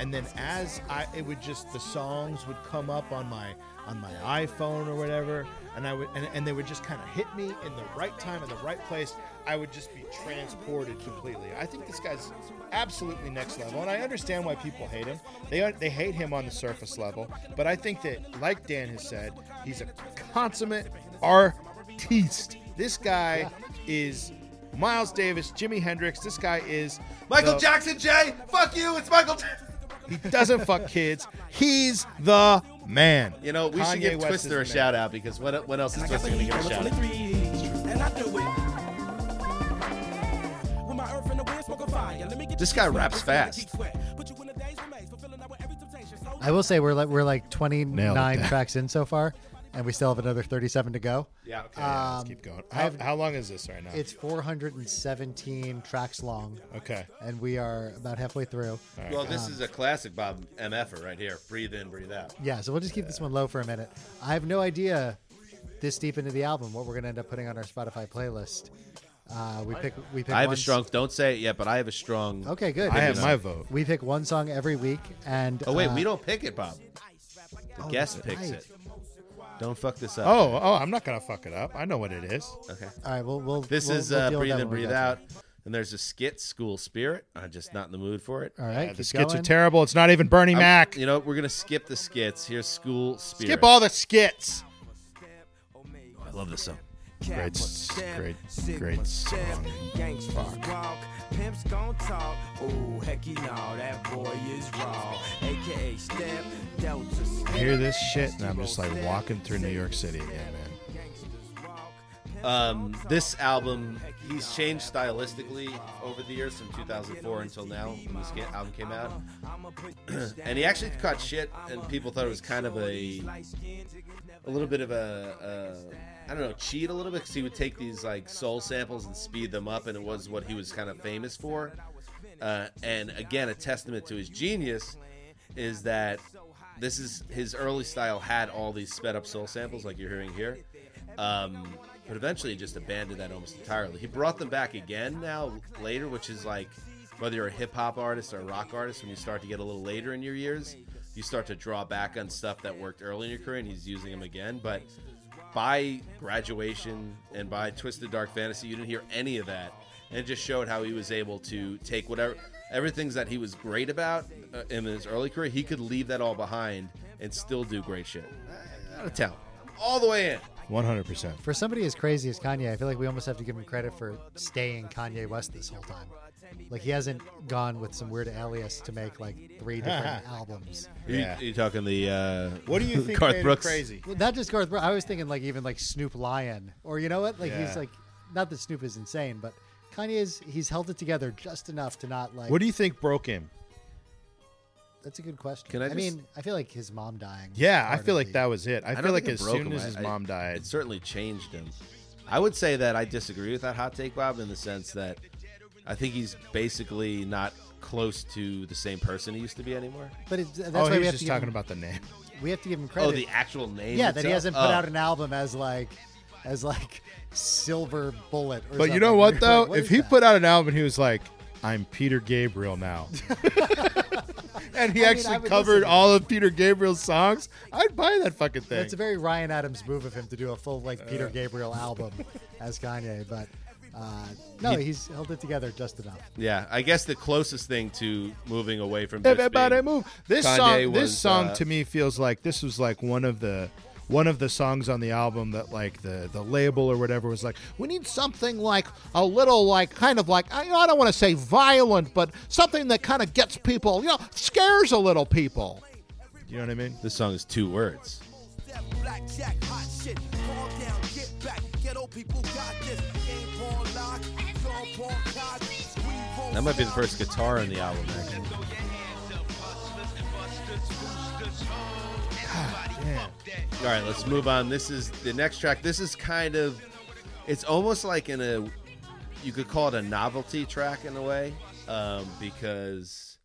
[SPEAKER 3] And then as I, it would just the songs would come up on my on my iPhone or whatever, and I would and, and they would just kind of hit me in the right time in the right place. I would just be transported completely. I think this guy's absolutely next level, and I understand why people hate him. They they hate him on the surface level, but I think that, like Dan has said, he's a consummate artiste. This guy is Miles Davis, Jimi Hendrix. This guy is
[SPEAKER 2] Michael
[SPEAKER 3] the-
[SPEAKER 2] Jackson, Jay, fuck you. It's Michael. Jackson.
[SPEAKER 3] He doesn't fuck kids. He's the man.
[SPEAKER 2] You know, we should
[SPEAKER 3] Kanye
[SPEAKER 2] give
[SPEAKER 3] West is
[SPEAKER 2] Twister a
[SPEAKER 3] the man.
[SPEAKER 2] shout out because what what else is Twister gonna give a shout out?
[SPEAKER 8] And I do it.
[SPEAKER 2] This guy raps fast.
[SPEAKER 4] I will say we're like we're like
[SPEAKER 3] Nailed
[SPEAKER 4] 29
[SPEAKER 3] it.
[SPEAKER 4] tracks in so far, and we still have another 37 to go.
[SPEAKER 2] Yeah. Okay.
[SPEAKER 3] Yeah,
[SPEAKER 4] Ah,
[SPEAKER 3] let's keep going. How,
[SPEAKER 4] I've-
[SPEAKER 3] how long is this right now?
[SPEAKER 4] It's 417 tracks long,
[SPEAKER 3] okay.
[SPEAKER 4] and we are about halfway through.
[SPEAKER 2] well, this is a classic Bob MFer right here. Breathe in, breathe out.
[SPEAKER 4] Yeah, so we'll just keep this one low for a minute. I have no idea this deep into the album what we're gonna end up putting on our Spotify playlist. Uh, we pick we pick.
[SPEAKER 2] I have
[SPEAKER 4] one
[SPEAKER 2] a
[SPEAKER 4] s-
[SPEAKER 2] strong. Don't say it yet, but I have a strong.
[SPEAKER 4] Okay, good.
[SPEAKER 3] I have my vote.
[SPEAKER 4] We pick one song every week, and
[SPEAKER 2] Oh wait,
[SPEAKER 4] uh,
[SPEAKER 2] we don't pick it, Bob. The
[SPEAKER 4] oh,
[SPEAKER 2] guest
[SPEAKER 4] that's
[SPEAKER 2] picks
[SPEAKER 4] right.
[SPEAKER 2] it. Don't fuck this up.
[SPEAKER 3] Oh, oh, I'm not gonna fuck it up. I know what it is.
[SPEAKER 2] Okay.
[SPEAKER 4] All right, we'll we'll.
[SPEAKER 2] This
[SPEAKER 4] Oh. we'll-
[SPEAKER 2] is
[SPEAKER 4] we'll
[SPEAKER 2] uh,
[SPEAKER 4] deal with
[SPEAKER 2] breathe
[SPEAKER 4] that
[SPEAKER 2] in,
[SPEAKER 4] when we
[SPEAKER 2] breathe
[SPEAKER 4] get to
[SPEAKER 2] out.
[SPEAKER 4] it.
[SPEAKER 2] And there's a skit, School Spirit. I'm just not in the mood for it.
[SPEAKER 4] All right,
[SPEAKER 3] Yeah, Uh, the
[SPEAKER 4] keep
[SPEAKER 3] skits
[SPEAKER 4] going.
[SPEAKER 3] are terrible. It's not even Bernie
[SPEAKER 2] I'm-
[SPEAKER 3] Mac.
[SPEAKER 2] You know, we're gonna skip the skits. Here's School Spirit.
[SPEAKER 3] Skip all the skits.
[SPEAKER 2] I love this song.
[SPEAKER 3] Great, great, great song.
[SPEAKER 8] Gangsters
[SPEAKER 3] Fuck.
[SPEAKER 8] walk, pimps gon' talk. Ooh, hecky no, that boy is raw. AKA step, delta step.
[SPEAKER 3] I hear this shit and I'm just like walking through New York City again, man.
[SPEAKER 8] Gangsters walk,
[SPEAKER 2] Um, this album, he's changed stylistically over the years from 2004 until now when this ca- album came out. and he actually caught shit, and people thought it was kind of a, a little bit of a, a I don't know, cheat a little bit because he would take these like soul samples and speed them up, and it was what he was kind of famous for. Uh, and again, a testament to his genius is that this is his early style had all these sped up soul samples like you're hearing here um, but eventually he just abandoned that almost entirely he brought them back again now later which is like whether you're a hip-hop artist or a rock artist when you start to get a little later in your years you start to draw back on stuff that worked early in your career and he's using them again but by graduation and by twisted dark fantasy you didn't hear any of that and it just showed how he was able to take whatever everything's that he was great about uh, in his early career he could leave that all behind and still do great shit Uh, out of town all the way in
[SPEAKER 3] One hundred percent.
[SPEAKER 4] For somebody as crazy as Kanye, I feel like we almost have to give him credit for staying Kanye West this whole time. Like he hasn't gone with some weird alias to make like three different albums.
[SPEAKER 3] Yeah.
[SPEAKER 2] you, you talking the uh
[SPEAKER 3] What do you think
[SPEAKER 2] Garth
[SPEAKER 3] made him
[SPEAKER 2] Brooks?
[SPEAKER 3] crazy?
[SPEAKER 4] Well, not just Garth Brooks. I was thinking like even like Snoop Lion, or you know what? Like
[SPEAKER 3] Yeah.
[SPEAKER 4] he's like, not that Snoop is insane, but Kanye is he's held it together just enough to not like.
[SPEAKER 3] What do you think broke him?
[SPEAKER 4] That's a good question.
[SPEAKER 2] Can I
[SPEAKER 4] I,
[SPEAKER 2] just-
[SPEAKER 4] mean, I feel like his mom dying.
[SPEAKER 3] Yeah, I
[SPEAKER 4] part
[SPEAKER 3] feel
[SPEAKER 4] of
[SPEAKER 3] like
[SPEAKER 4] the-
[SPEAKER 3] that was it. I,
[SPEAKER 2] don't
[SPEAKER 3] feel like
[SPEAKER 2] think it
[SPEAKER 3] as
[SPEAKER 2] broke
[SPEAKER 3] soon
[SPEAKER 2] him.
[SPEAKER 3] as
[SPEAKER 2] I-
[SPEAKER 3] his
[SPEAKER 2] I-
[SPEAKER 3] mom died,
[SPEAKER 2] it certainly changed him. I would say that I disagree with that hot take, Bob, in the sense that I think he's basically not close to the same person he used to be anymore.
[SPEAKER 4] But it's, that's
[SPEAKER 3] oh,
[SPEAKER 4] why we
[SPEAKER 3] he was
[SPEAKER 4] have
[SPEAKER 3] just
[SPEAKER 4] to give
[SPEAKER 3] talking
[SPEAKER 4] him,
[SPEAKER 3] about the name.
[SPEAKER 4] we have to give him credit.
[SPEAKER 2] Oh, the actual name.
[SPEAKER 4] yeah, that he
[SPEAKER 2] itself?
[SPEAKER 4] hasn't put
[SPEAKER 2] Oh.
[SPEAKER 4] out an album as like as like Silver Bullet. Or
[SPEAKER 3] But you
[SPEAKER 4] something.
[SPEAKER 3] know what
[SPEAKER 4] Like,
[SPEAKER 3] though?
[SPEAKER 4] what
[SPEAKER 3] if
[SPEAKER 4] is
[SPEAKER 3] he
[SPEAKER 4] that?
[SPEAKER 3] put out an album, and he was like, "I'm Peter Gabriel now," and
[SPEAKER 4] I mean,
[SPEAKER 3] he
[SPEAKER 4] I
[SPEAKER 3] actually
[SPEAKER 4] would
[SPEAKER 3] covered
[SPEAKER 4] listen.
[SPEAKER 3] all of Peter Gabriel's songs, I'd buy that fucking thing.
[SPEAKER 4] That's a very Ryan Adams move of him to do a full like
[SPEAKER 3] Uh.
[SPEAKER 4] Peter Gabriel album as Kanye, but uh, no, he's held it together just enough.
[SPEAKER 2] Yeah, I guess the closest thing to moving away from just
[SPEAKER 3] Everybody
[SPEAKER 2] being-
[SPEAKER 3] move. This
[SPEAKER 2] Kanye
[SPEAKER 3] song,
[SPEAKER 2] was,
[SPEAKER 3] this song
[SPEAKER 2] uh,
[SPEAKER 3] to me feels like this was like one of the one of the songs on the album that like the the label or whatever was like, we need something like a little like kind of like I, you know, I don't want to say violent, but something that kind of gets people, you know, scares a little people. You know what I mean?
[SPEAKER 2] This song is two words.
[SPEAKER 8] That blackjack, hot shit. Calm down, get back. Ghetto people got this. Game ball lock, gun ball cock. We won't
[SPEAKER 2] That might be the
[SPEAKER 8] stop.
[SPEAKER 2] first guitar on the album, actually.
[SPEAKER 3] Yeah.
[SPEAKER 2] All right, let's move on. This is the next track. This is kind of, it's almost like in a, you could call it a novelty track in a way, um, because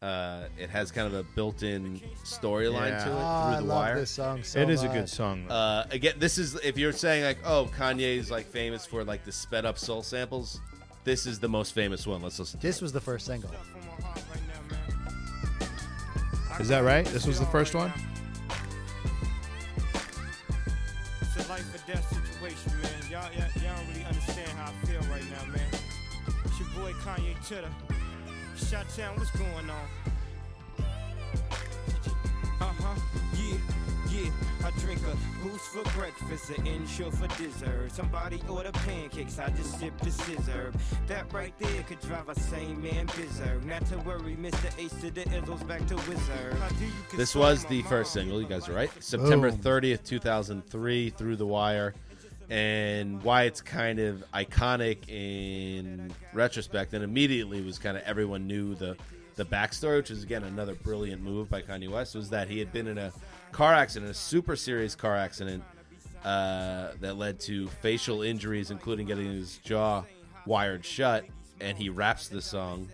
[SPEAKER 2] uh, it has kind of a built-in storyline
[SPEAKER 3] Yeah.
[SPEAKER 2] to it
[SPEAKER 4] Oh,
[SPEAKER 2] through
[SPEAKER 4] I
[SPEAKER 2] the
[SPEAKER 4] love
[SPEAKER 2] wire.
[SPEAKER 4] this song so
[SPEAKER 3] it is
[SPEAKER 2] Oh
[SPEAKER 3] a good
[SPEAKER 4] much.
[SPEAKER 3] song. though.
[SPEAKER 2] Uh, again, this is if you're saying like, oh, Kanye's like famous for like the sped up soul samples. This is the most famous one. Let's listen. to
[SPEAKER 4] This was the first single.
[SPEAKER 3] Is that right? This was the first one.
[SPEAKER 5] It's a life or death situation, man. Y'all, y'all, y'all don't really understand how I feel right now, man. It's your boy Kanye Titter. Shot Town, what's going on?
[SPEAKER 8] Uh-huh, yeah, yeah. I drink a boost for breakfast, an insure for dessert. Somebody order pancakes, I just sip the scissor. That right there could drive a sane man berserk. Not to worry, Mr. Ace to the Izzo's back to wizard. How do you
[SPEAKER 2] it. This was the first single. You guys are right. September 30th, 2003, through the wire, and why it's kind of iconic in retrospect. And immediately was kind of everyone knew the the backstory, which is again another brilliant move by Kanye West. Was that he had been in a car accident, a super serious car accident. uh, that led to facial injuries, including getting his jaw wired shut. And he raps the song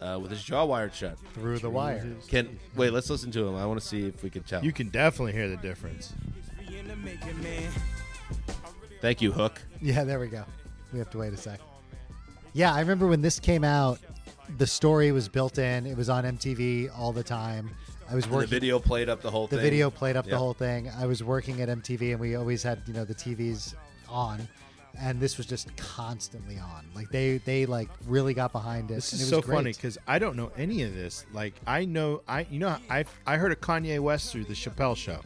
[SPEAKER 2] uh, with his jaw wired shut.
[SPEAKER 4] Through the wire.
[SPEAKER 2] Can wait? Let's listen to him. I want to see if we can tell.
[SPEAKER 3] You can definitely hear the difference.
[SPEAKER 8] in the making, man?
[SPEAKER 2] Thank you, Hook.
[SPEAKER 4] Yeah, there we go. We have to wait a sec. Yeah, I remember when this came out, the story was built in. It was on MTV all the time. I was
[SPEAKER 2] And the
[SPEAKER 4] working.
[SPEAKER 2] video played up the whole
[SPEAKER 4] the
[SPEAKER 2] thing.
[SPEAKER 4] video played up
[SPEAKER 2] Yeah.
[SPEAKER 4] the whole thing. I was working at MTV, and we always had you know the TVs on, and this was just constantly on. Like they they like really got behind it.
[SPEAKER 3] This
[SPEAKER 4] and
[SPEAKER 3] is
[SPEAKER 4] it
[SPEAKER 3] so
[SPEAKER 4] was great.
[SPEAKER 3] funny because I don't know any of this. Like I know I you know I I heard of Kanye West through the Chappelle show.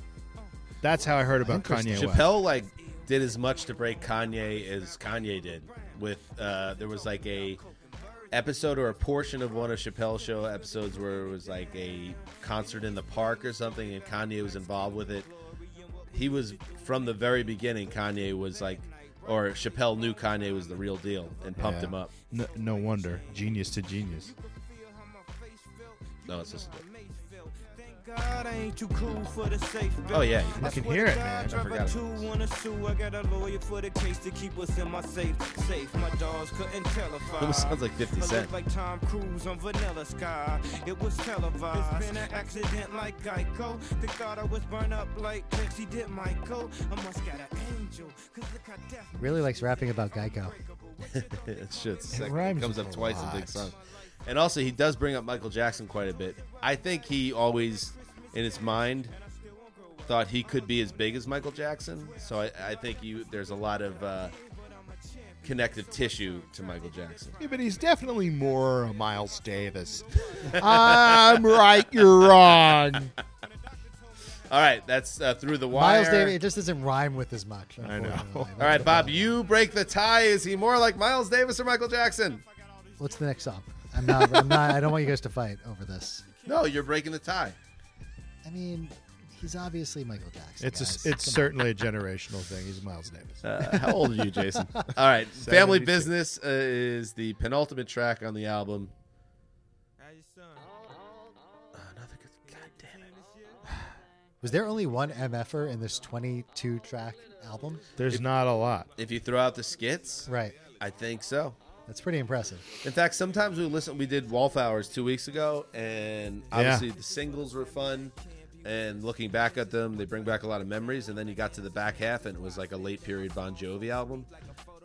[SPEAKER 3] That's how I heard about Kanye West.
[SPEAKER 2] Chappelle like did as much to break Kanye as Kanye did. With uh, there was like a episode or a portion of one of Chappelle's show episodes where it was like a concert in the park or something, and Kanye was involved with it. He was from the very beginning. Kanye was like or Chappelle knew Kanye was the real deal and pumped
[SPEAKER 3] Yeah.
[SPEAKER 2] him up.
[SPEAKER 3] No, no wonder. Genius to genius.
[SPEAKER 2] No, it's just.
[SPEAKER 5] God, I ain't too cool for the safe
[SPEAKER 2] Oh yeah,
[SPEAKER 3] I can hear it, man.
[SPEAKER 2] I forgot.
[SPEAKER 5] Two on a shoe, I got a lawyer for the case to keep us in my safe. Safe, my dogs couldn't tell if I.
[SPEAKER 2] Almost sounds like 50
[SPEAKER 5] I
[SPEAKER 2] Cent.
[SPEAKER 5] look like Tom Cruise on Vanilla Sky. It was televised. It's been an accident like Geico. They thought I was burned up like Pepsi did Michael. I must got an angel, cause look how death.
[SPEAKER 4] Really likes rapping about Geico.
[SPEAKER 2] that shit's sick. It
[SPEAKER 3] rhymes
[SPEAKER 2] comes
[SPEAKER 3] with
[SPEAKER 2] up
[SPEAKER 3] a
[SPEAKER 2] twice
[SPEAKER 3] lot.
[SPEAKER 2] in big songs. And also, he does bring up Michael Jackson quite a bit. I think he always, in his mind, thought he could be as big as Michael Jackson. So I, I think you there's a lot of uh, connective tissue to Michael Jackson.
[SPEAKER 3] Yeah, but he's definitely more a Miles Davis. I'm right, you're wrong.
[SPEAKER 2] All right, that's uh, through the wire.
[SPEAKER 4] Miles Davis, it just doesn't rhyme with as much.
[SPEAKER 3] I know.
[SPEAKER 4] unfortunately.
[SPEAKER 2] All right, Bob, you break the tie. Is he more like Miles Davis or Michael Jackson?
[SPEAKER 4] What's the next song? I'm not. I'm not. I don't want you guys to fight over this.
[SPEAKER 2] No, you're breaking the tie.
[SPEAKER 4] I mean, he's obviously Michael Jackson.
[SPEAKER 3] It's
[SPEAKER 4] guys.
[SPEAKER 3] a, it's certainly a generational thing. He's Miles Davis.
[SPEAKER 2] Uh, how old are you, Jason? All right, Family
[SPEAKER 3] 72.
[SPEAKER 2] Business uh, is the penultimate track on the album. Another good, God damn it!
[SPEAKER 4] Was there only one mf'er in this 22 track album?
[SPEAKER 3] There's not a lot.
[SPEAKER 2] If you throw out the skits,
[SPEAKER 4] Right.
[SPEAKER 2] I think so.
[SPEAKER 4] That's pretty impressive.
[SPEAKER 2] In fact, sometimes we listen. We did Wallflowers two weeks ago, and obviously the singles were fun. And looking back at them, they bring back a lot of memories. And then you got to the back half, and it was like a late period Bon Jovi album,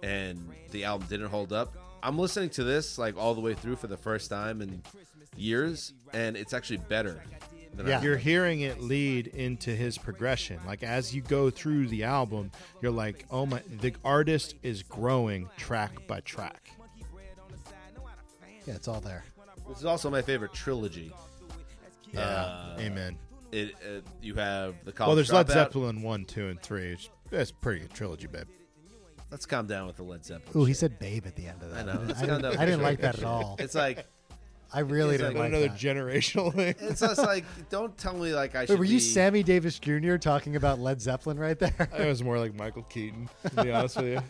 [SPEAKER 2] and the album didn't hold up. I'm listening to this like all the way through for the first time in years, and it's actually better. Than I-
[SPEAKER 4] Yeah.
[SPEAKER 3] You're hearing it lead into his progression. Like as you go through the album, you're like, "Oh my!" The artist is growing track by track.
[SPEAKER 4] Yeah, it's all there.
[SPEAKER 2] This is also my favorite trilogy.
[SPEAKER 3] Yeah. Uh, Amen.
[SPEAKER 2] It, uh you have the college
[SPEAKER 3] Well, there's Led
[SPEAKER 2] Dropout.
[SPEAKER 3] Zeppelin one, two, and three. It's, that's pretty good trilogy, babe.
[SPEAKER 2] Let's calm down with the Led Zeppelin.
[SPEAKER 4] Ooh, he
[SPEAKER 2] shit.
[SPEAKER 4] said "babe" at the end of that.
[SPEAKER 2] I know. It's
[SPEAKER 4] I didn't,
[SPEAKER 2] kind of-
[SPEAKER 4] I didn't like that at all.
[SPEAKER 2] It's like
[SPEAKER 4] I really
[SPEAKER 2] it's
[SPEAKER 4] didn't
[SPEAKER 2] like
[SPEAKER 4] like
[SPEAKER 3] Another
[SPEAKER 4] that.
[SPEAKER 3] generational thing.
[SPEAKER 2] it's just like don't tell me like I should.
[SPEAKER 4] Wait, were you
[SPEAKER 2] be-
[SPEAKER 4] Sammy Davis Jr. talking about Led Zeppelin right there?
[SPEAKER 3] It was more like Michael Keaton. To be honest with you.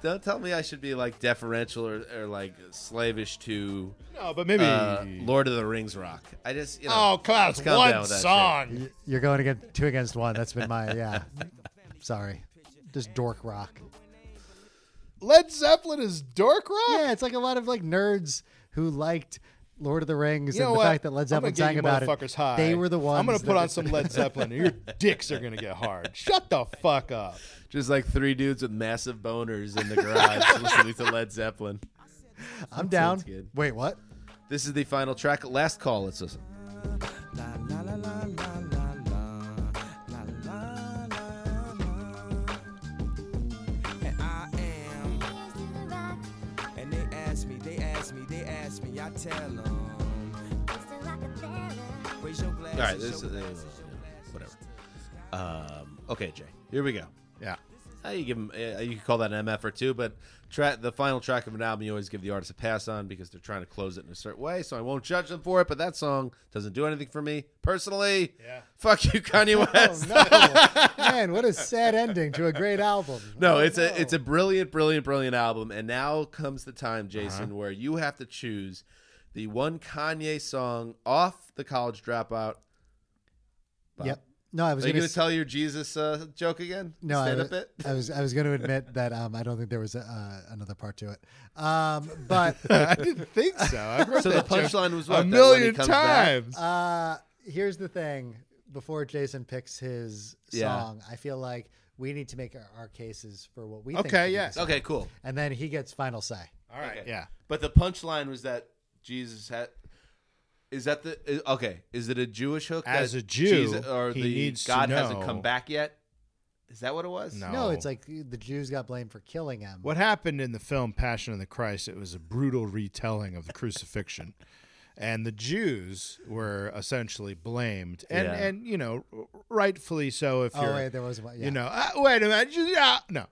[SPEAKER 2] Don't tell me I should be like deferential or, or like slavish to
[SPEAKER 3] No, but maybe
[SPEAKER 2] uh, Lord of the Rings rock. I just you know.
[SPEAKER 3] Oh, come on,
[SPEAKER 2] let's
[SPEAKER 3] it's
[SPEAKER 2] calm down
[SPEAKER 3] one
[SPEAKER 2] with that shit.
[SPEAKER 3] song.
[SPEAKER 4] You're going against two against one. That's been my yeah. Sorry, just dork rock.
[SPEAKER 3] Led Zeppelin is dork rock.
[SPEAKER 4] Yeah, it's like a lot of like nerds who liked Lord of the Rings
[SPEAKER 3] You know
[SPEAKER 4] and the
[SPEAKER 3] what?
[SPEAKER 4] fact that Led
[SPEAKER 3] I'm gonna
[SPEAKER 4] Zeppelin
[SPEAKER 3] get
[SPEAKER 4] sang
[SPEAKER 3] you
[SPEAKER 4] about
[SPEAKER 3] motherfuckers
[SPEAKER 4] it.
[SPEAKER 3] High.
[SPEAKER 4] They were the ones.
[SPEAKER 3] I'm gonna
[SPEAKER 4] that
[SPEAKER 3] put on
[SPEAKER 4] was-
[SPEAKER 3] some Led Zeppelin, and your dicks are gonna get hard. Shut the fuck up.
[SPEAKER 2] Just like three dudes with massive boners in the garage listening to Led Zeppelin.
[SPEAKER 4] I'm down.
[SPEAKER 2] Sounds good.
[SPEAKER 4] Wait, what?
[SPEAKER 2] This is the final track. Last call. Let's listen.
[SPEAKER 8] And I am. And they ask me, they ask me, they ask me, I tell them. Raise your glass.
[SPEAKER 2] All right, this is uh, whatever. Um, okay, Jay. Here we go.
[SPEAKER 3] Yeah.
[SPEAKER 2] Uh, you give them, uh, you could call that an MF or two, but tra- the final track of an album, you always give the artist a pass on because they're trying to close it in a certain way. So I won't judge them for it, but that song doesn't do anything for me personally. Yeah. Fuck you, Kanye West. no.
[SPEAKER 4] Oh, man, what a sad ending to a great album.
[SPEAKER 2] it's a it's a brilliant, brilliant, brilliant album. And now comes the time,
[SPEAKER 4] Uh-huh.
[SPEAKER 2] Jason, where you have to choose the one Kanye song off the College Dropout. Bob.
[SPEAKER 4] Yep. No, I was
[SPEAKER 2] Are you
[SPEAKER 4] gonna
[SPEAKER 2] going to
[SPEAKER 4] s-
[SPEAKER 2] tell your Jesus uh, joke again?
[SPEAKER 4] no, I
[SPEAKER 2] Stand
[SPEAKER 4] was,
[SPEAKER 2] up bit.
[SPEAKER 4] I was I was going to admit that um, I don't think there was uh, another part to it. Um, but
[SPEAKER 3] I didn't think so. I've heard
[SPEAKER 2] So the
[SPEAKER 3] that joke
[SPEAKER 2] punchline was what?
[SPEAKER 3] a
[SPEAKER 2] That when he
[SPEAKER 3] million
[SPEAKER 2] comes back-
[SPEAKER 3] times.
[SPEAKER 4] uh, here's the thing: before Jason picks his
[SPEAKER 2] Yeah.
[SPEAKER 4] song, I feel like we need to make our, our cases for what we think.
[SPEAKER 3] Okay,
[SPEAKER 4] should be
[SPEAKER 3] yeah.
[SPEAKER 4] the song.
[SPEAKER 2] Okay, cool.
[SPEAKER 4] And then he gets final say.
[SPEAKER 2] All right.
[SPEAKER 3] yeah.
[SPEAKER 2] But the punchline was that Jesus had. Is that the is- okay? Is it a Jewish hook?
[SPEAKER 3] As
[SPEAKER 2] that
[SPEAKER 3] a Jew,
[SPEAKER 2] or
[SPEAKER 3] he
[SPEAKER 2] the
[SPEAKER 3] needs to
[SPEAKER 2] God hasn't
[SPEAKER 3] know-
[SPEAKER 2] come back yet. Is that what it was?
[SPEAKER 3] No.
[SPEAKER 4] No, it's like the Jews got blamed for killing him.
[SPEAKER 3] What happened in the film Passion of the Christ? It was a brutal retelling of the crucifixion. And the Jews were essentially blamed, and
[SPEAKER 2] Yeah.
[SPEAKER 3] and you know, rightfully so. If
[SPEAKER 4] Oh
[SPEAKER 3] you're,
[SPEAKER 4] wait, there was one. Yeah.
[SPEAKER 3] You know, uh, wait a minute. you- yeah, no.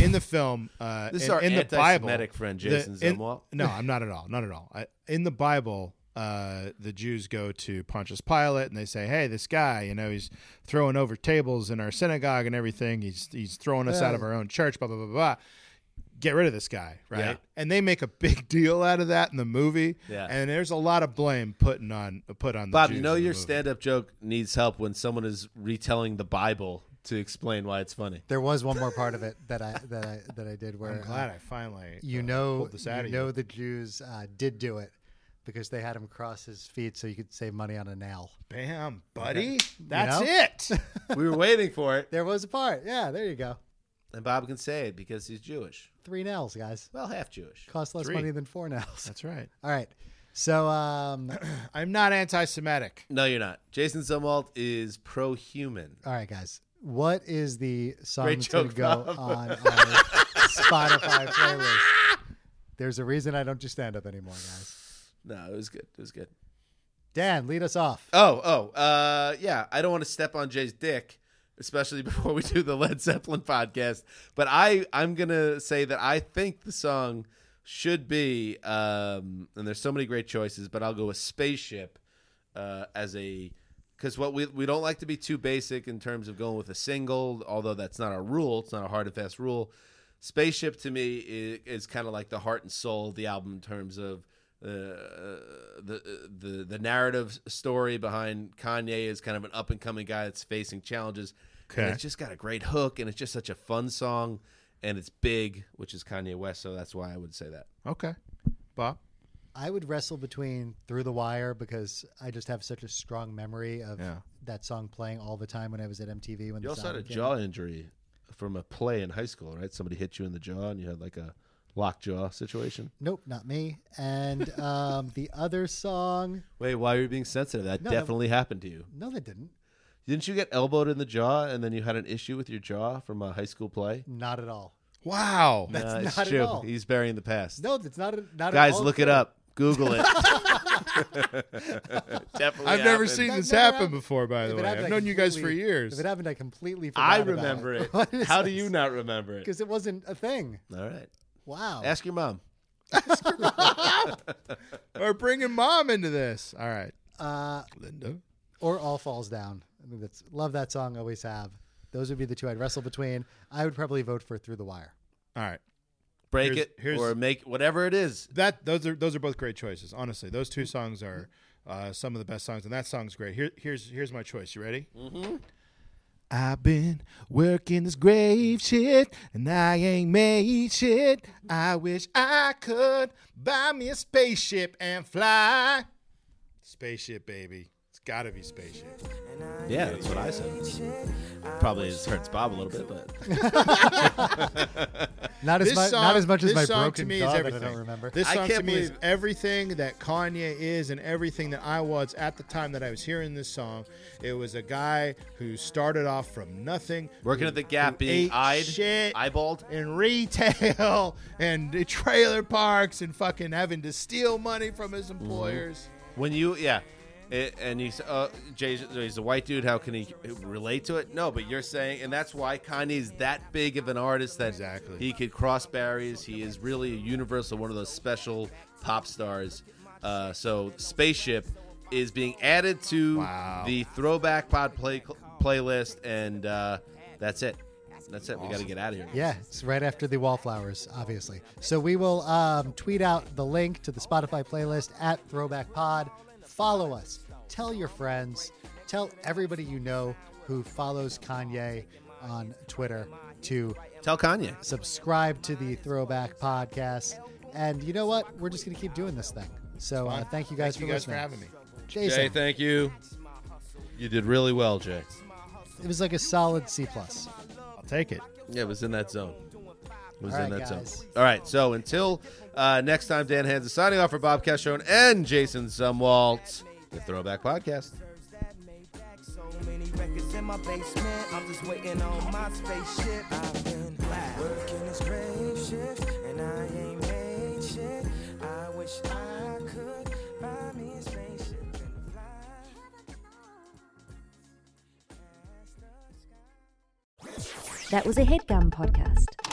[SPEAKER 3] In the film, uh,
[SPEAKER 2] This is
[SPEAKER 3] in,
[SPEAKER 2] our
[SPEAKER 3] in the Bible,
[SPEAKER 2] anti-Semitic friend,
[SPEAKER 3] the-
[SPEAKER 2] Jason
[SPEAKER 3] in-
[SPEAKER 2] Zumwalt.
[SPEAKER 3] No, I'm not at all. Not at all. I, in the Bible, uh, the Jews go to Pontius Pilate and they say, "Hey, this guy, you know, he's throwing over tables in our synagogue and everything. He's he's throwing us out of our own church." Blah blah blah blah. get rid of this guy, right?
[SPEAKER 2] Yeah.
[SPEAKER 3] And they make a big deal out of that in the movie.
[SPEAKER 2] Yeah.
[SPEAKER 3] And there's a lot of blame putting on put on the
[SPEAKER 2] Bob, you
[SPEAKER 3] Jews
[SPEAKER 2] know
[SPEAKER 3] in the
[SPEAKER 2] your
[SPEAKER 3] movie.
[SPEAKER 2] stand up joke needs help when someone is retelling the Bible to explain why it's funny.
[SPEAKER 4] There was one more part of it that I that I that I did where
[SPEAKER 3] I'm
[SPEAKER 4] uh,
[SPEAKER 3] glad I finally
[SPEAKER 4] you
[SPEAKER 3] uh,
[SPEAKER 4] know
[SPEAKER 3] pulled this out
[SPEAKER 4] you
[SPEAKER 3] of
[SPEAKER 4] know
[SPEAKER 3] you.
[SPEAKER 4] the Jews uh, did do it because they had him cross his feet so you could save money on a nail.
[SPEAKER 3] Bam, buddy. That's
[SPEAKER 4] know?
[SPEAKER 3] it.
[SPEAKER 2] We were waiting for it,
[SPEAKER 4] There was a part. Yeah, there you go.
[SPEAKER 2] and Bob can say it because he's Jewish.
[SPEAKER 4] Three nails, guys.
[SPEAKER 2] Well, half Jewish.
[SPEAKER 4] Cost less
[SPEAKER 3] Three.
[SPEAKER 4] money than four nails.
[SPEAKER 3] That's right.
[SPEAKER 4] All right. So um
[SPEAKER 3] I'm not anti-Semitic.
[SPEAKER 2] No, you're not. Jason Zumwalt is pro human.
[SPEAKER 4] all right guys. What is the song
[SPEAKER 2] Great
[SPEAKER 4] that's gonna
[SPEAKER 2] joke,
[SPEAKER 4] go
[SPEAKER 2] Bob.
[SPEAKER 4] on our Spotify playlist? There's a reason I don't do stand up anymore, guys.
[SPEAKER 2] No, it was good. It was good.
[SPEAKER 4] Dan, lead us off.
[SPEAKER 2] Oh, oh, uh, yeah. I don't want to step on Jay's dick, especially before we do the Led Zeppelin podcast. But I, I'm gonna say that I think the song should be, um, and there's so many great choices, but I'll go with "Spaceship" uh, as a because what we we don't like to be too basic in terms of going with a single, although that's not our rule. It's not a hard and fast rule. Spaceship to me is, is kind of like the heart and soul of the album in terms of uh, the the the narrative story behind Kanye is kind of an up and coming guy that's facing challenges. And
[SPEAKER 3] Okay.
[SPEAKER 2] it's just got a great hook, and it's just such a fun song, and it's big, which is Kanye West, so that's why I would say that.
[SPEAKER 3] Okay. Bob.
[SPEAKER 4] I would wrestle between Through the Wire because I just have such a strong memory of
[SPEAKER 3] Yeah.
[SPEAKER 4] that song playing all the time when I was at MTV. When
[SPEAKER 2] You
[SPEAKER 4] the
[SPEAKER 2] also had a
[SPEAKER 4] song came
[SPEAKER 2] jaw
[SPEAKER 4] out.
[SPEAKER 2] injury from a play in high school, right? Somebody hit you in the jaw, and you had like a locked jaw situation.
[SPEAKER 4] Nope, not me. And um, the other song,
[SPEAKER 2] Wait, why are you being sensitive? That
[SPEAKER 4] No, that-
[SPEAKER 2] definitely happened to you.
[SPEAKER 4] no, that didn't.
[SPEAKER 2] Didn't you get elbowed in the jaw, and then you had an issue with your jaw from a high school play?
[SPEAKER 4] Not at all.
[SPEAKER 3] Wow.
[SPEAKER 4] That's
[SPEAKER 2] Uh, it's
[SPEAKER 4] not
[SPEAKER 2] true.
[SPEAKER 4] at all.
[SPEAKER 2] He's burying the past.
[SPEAKER 4] No, that's not. A, not at
[SPEAKER 2] Guys,
[SPEAKER 4] all
[SPEAKER 2] look it
[SPEAKER 4] true.
[SPEAKER 2] up. Google it. Definitely.
[SPEAKER 3] I've never
[SPEAKER 2] happened.
[SPEAKER 3] seen
[SPEAKER 4] That
[SPEAKER 3] this
[SPEAKER 4] never
[SPEAKER 3] happen
[SPEAKER 4] happened.
[SPEAKER 3] before, by the
[SPEAKER 4] If it
[SPEAKER 3] way.
[SPEAKER 4] happened,
[SPEAKER 3] I've
[SPEAKER 4] I
[SPEAKER 3] known you guys for
[SPEAKER 4] completely-
[SPEAKER 3] years.
[SPEAKER 4] If it happened, I completely forgot.
[SPEAKER 2] I remember it. How do you not remember it?
[SPEAKER 4] Because it wasn't a thing.
[SPEAKER 2] All right.
[SPEAKER 4] Wow.
[SPEAKER 2] Ask your mom.
[SPEAKER 3] or bringing mom into this. All right.
[SPEAKER 4] Uh,
[SPEAKER 3] Linda.
[SPEAKER 4] or All Falls Down. I think that's love that song. Always have. Those would be the two I'd wrestle between. I would probably vote for Through the Wire.
[SPEAKER 3] All right.
[SPEAKER 2] Break
[SPEAKER 3] Here's-
[SPEAKER 2] it
[SPEAKER 3] here's-
[SPEAKER 2] or make whatever it is.
[SPEAKER 3] That those are those are both great choices. Honestly, those two songs are uh, some of the best songs, and that song's great. Here, here's here's my choice. You ready? Mm-hmm. I've been working this grave shit, and I ain't made shit. I wish I could buy me a spaceship and fly. Spaceship, baby. It's gotta be spaceship.
[SPEAKER 2] Yeah, that's what I said. Probably just hurts Bob a little bit, but
[SPEAKER 4] Not as
[SPEAKER 3] This
[SPEAKER 4] much.
[SPEAKER 3] song,
[SPEAKER 4] Not as much as
[SPEAKER 3] this
[SPEAKER 4] my
[SPEAKER 3] song
[SPEAKER 4] broken
[SPEAKER 3] to me
[SPEAKER 4] jaw
[SPEAKER 3] is
[SPEAKER 4] that I
[SPEAKER 3] everything.
[SPEAKER 4] don't remember.
[SPEAKER 3] This
[SPEAKER 2] I
[SPEAKER 3] song to
[SPEAKER 2] can't
[SPEAKER 3] me is
[SPEAKER 2] believe-
[SPEAKER 3] everything that Kanye is and everything that I was at the time that I was hearing this song. It was a guy who started off from nothing,
[SPEAKER 2] working
[SPEAKER 3] who-
[SPEAKER 2] at the Gap,
[SPEAKER 3] who
[SPEAKER 2] being
[SPEAKER 3] ate
[SPEAKER 2] eyed,
[SPEAKER 3] shit
[SPEAKER 2] eyeballed.
[SPEAKER 3] in retail and the trailer parks and fucking having to steal money from his
[SPEAKER 4] Mm-hmm.
[SPEAKER 3] employers.
[SPEAKER 2] When you, yeah, it, and he's uh, Jay's, he's a white dude. How can he relate to it? No, but you're saying, and that's why Kanye's that big of an artist that
[SPEAKER 3] Exactly.
[SPEAKER 2] he could cross barriers. He is really a universal, one of those special pop stars. Uh, so spaceship is being added to
[SPEAKER 3] Wow.
[SPEAKER 2] the throwback pod play, playlist, and uh, that's it. That's it. We got to get out of here.
[SPEAKER 4] Yeah, it's right after the wallflowers, obviously. So we will um, tweet out the link to the Spotify playlist at Throwback Pod. Follow us. Tell your friends. Tell everybody you know who follows Kanye on Twitter to
[SPEAKER 2] Tell Kanye.
[SPEAKER 4] subscribe to the Throwback Podcast. And you know what? We're just going to keep doing this thing. So uh, thank you guys,
[SPEAKER 3] Thank
[SPEAKER 4] for,
[SPEAKER 3] you guys for
[SPEAKER 4] listening.
[SPEAKER 3] having me.
[SPEAKER 4] Jason,
[SPEAKER 2] thank you. You did really well, Jay.
[SPEAKER 4] it was like a solid C plus.
[SPEAKER 3] I'll take it.
[SPEAKER 2] Yeah, it was in that zone. It was
[SPEAKER 4] All
[SPEAKER 2] in
[SPEAKER 4] right,
[SPEAKER 2] that
[SPEAKER 4] guys.
[SPEAKER 2] zone. All right. So until uh, next time, Dan Hans is signing off for Bob Cashone and Jason Zumwalt, the Throwback Podcast.
[SPEAKER 8] that made back so many records in my basement. I'm just waiting on my spaceship. I've been working this grave shift, and I ain't made shit. I wish I could buy me a spaceship and fly. past the sky.
[SPEAKER 1] That was a headgum podcast.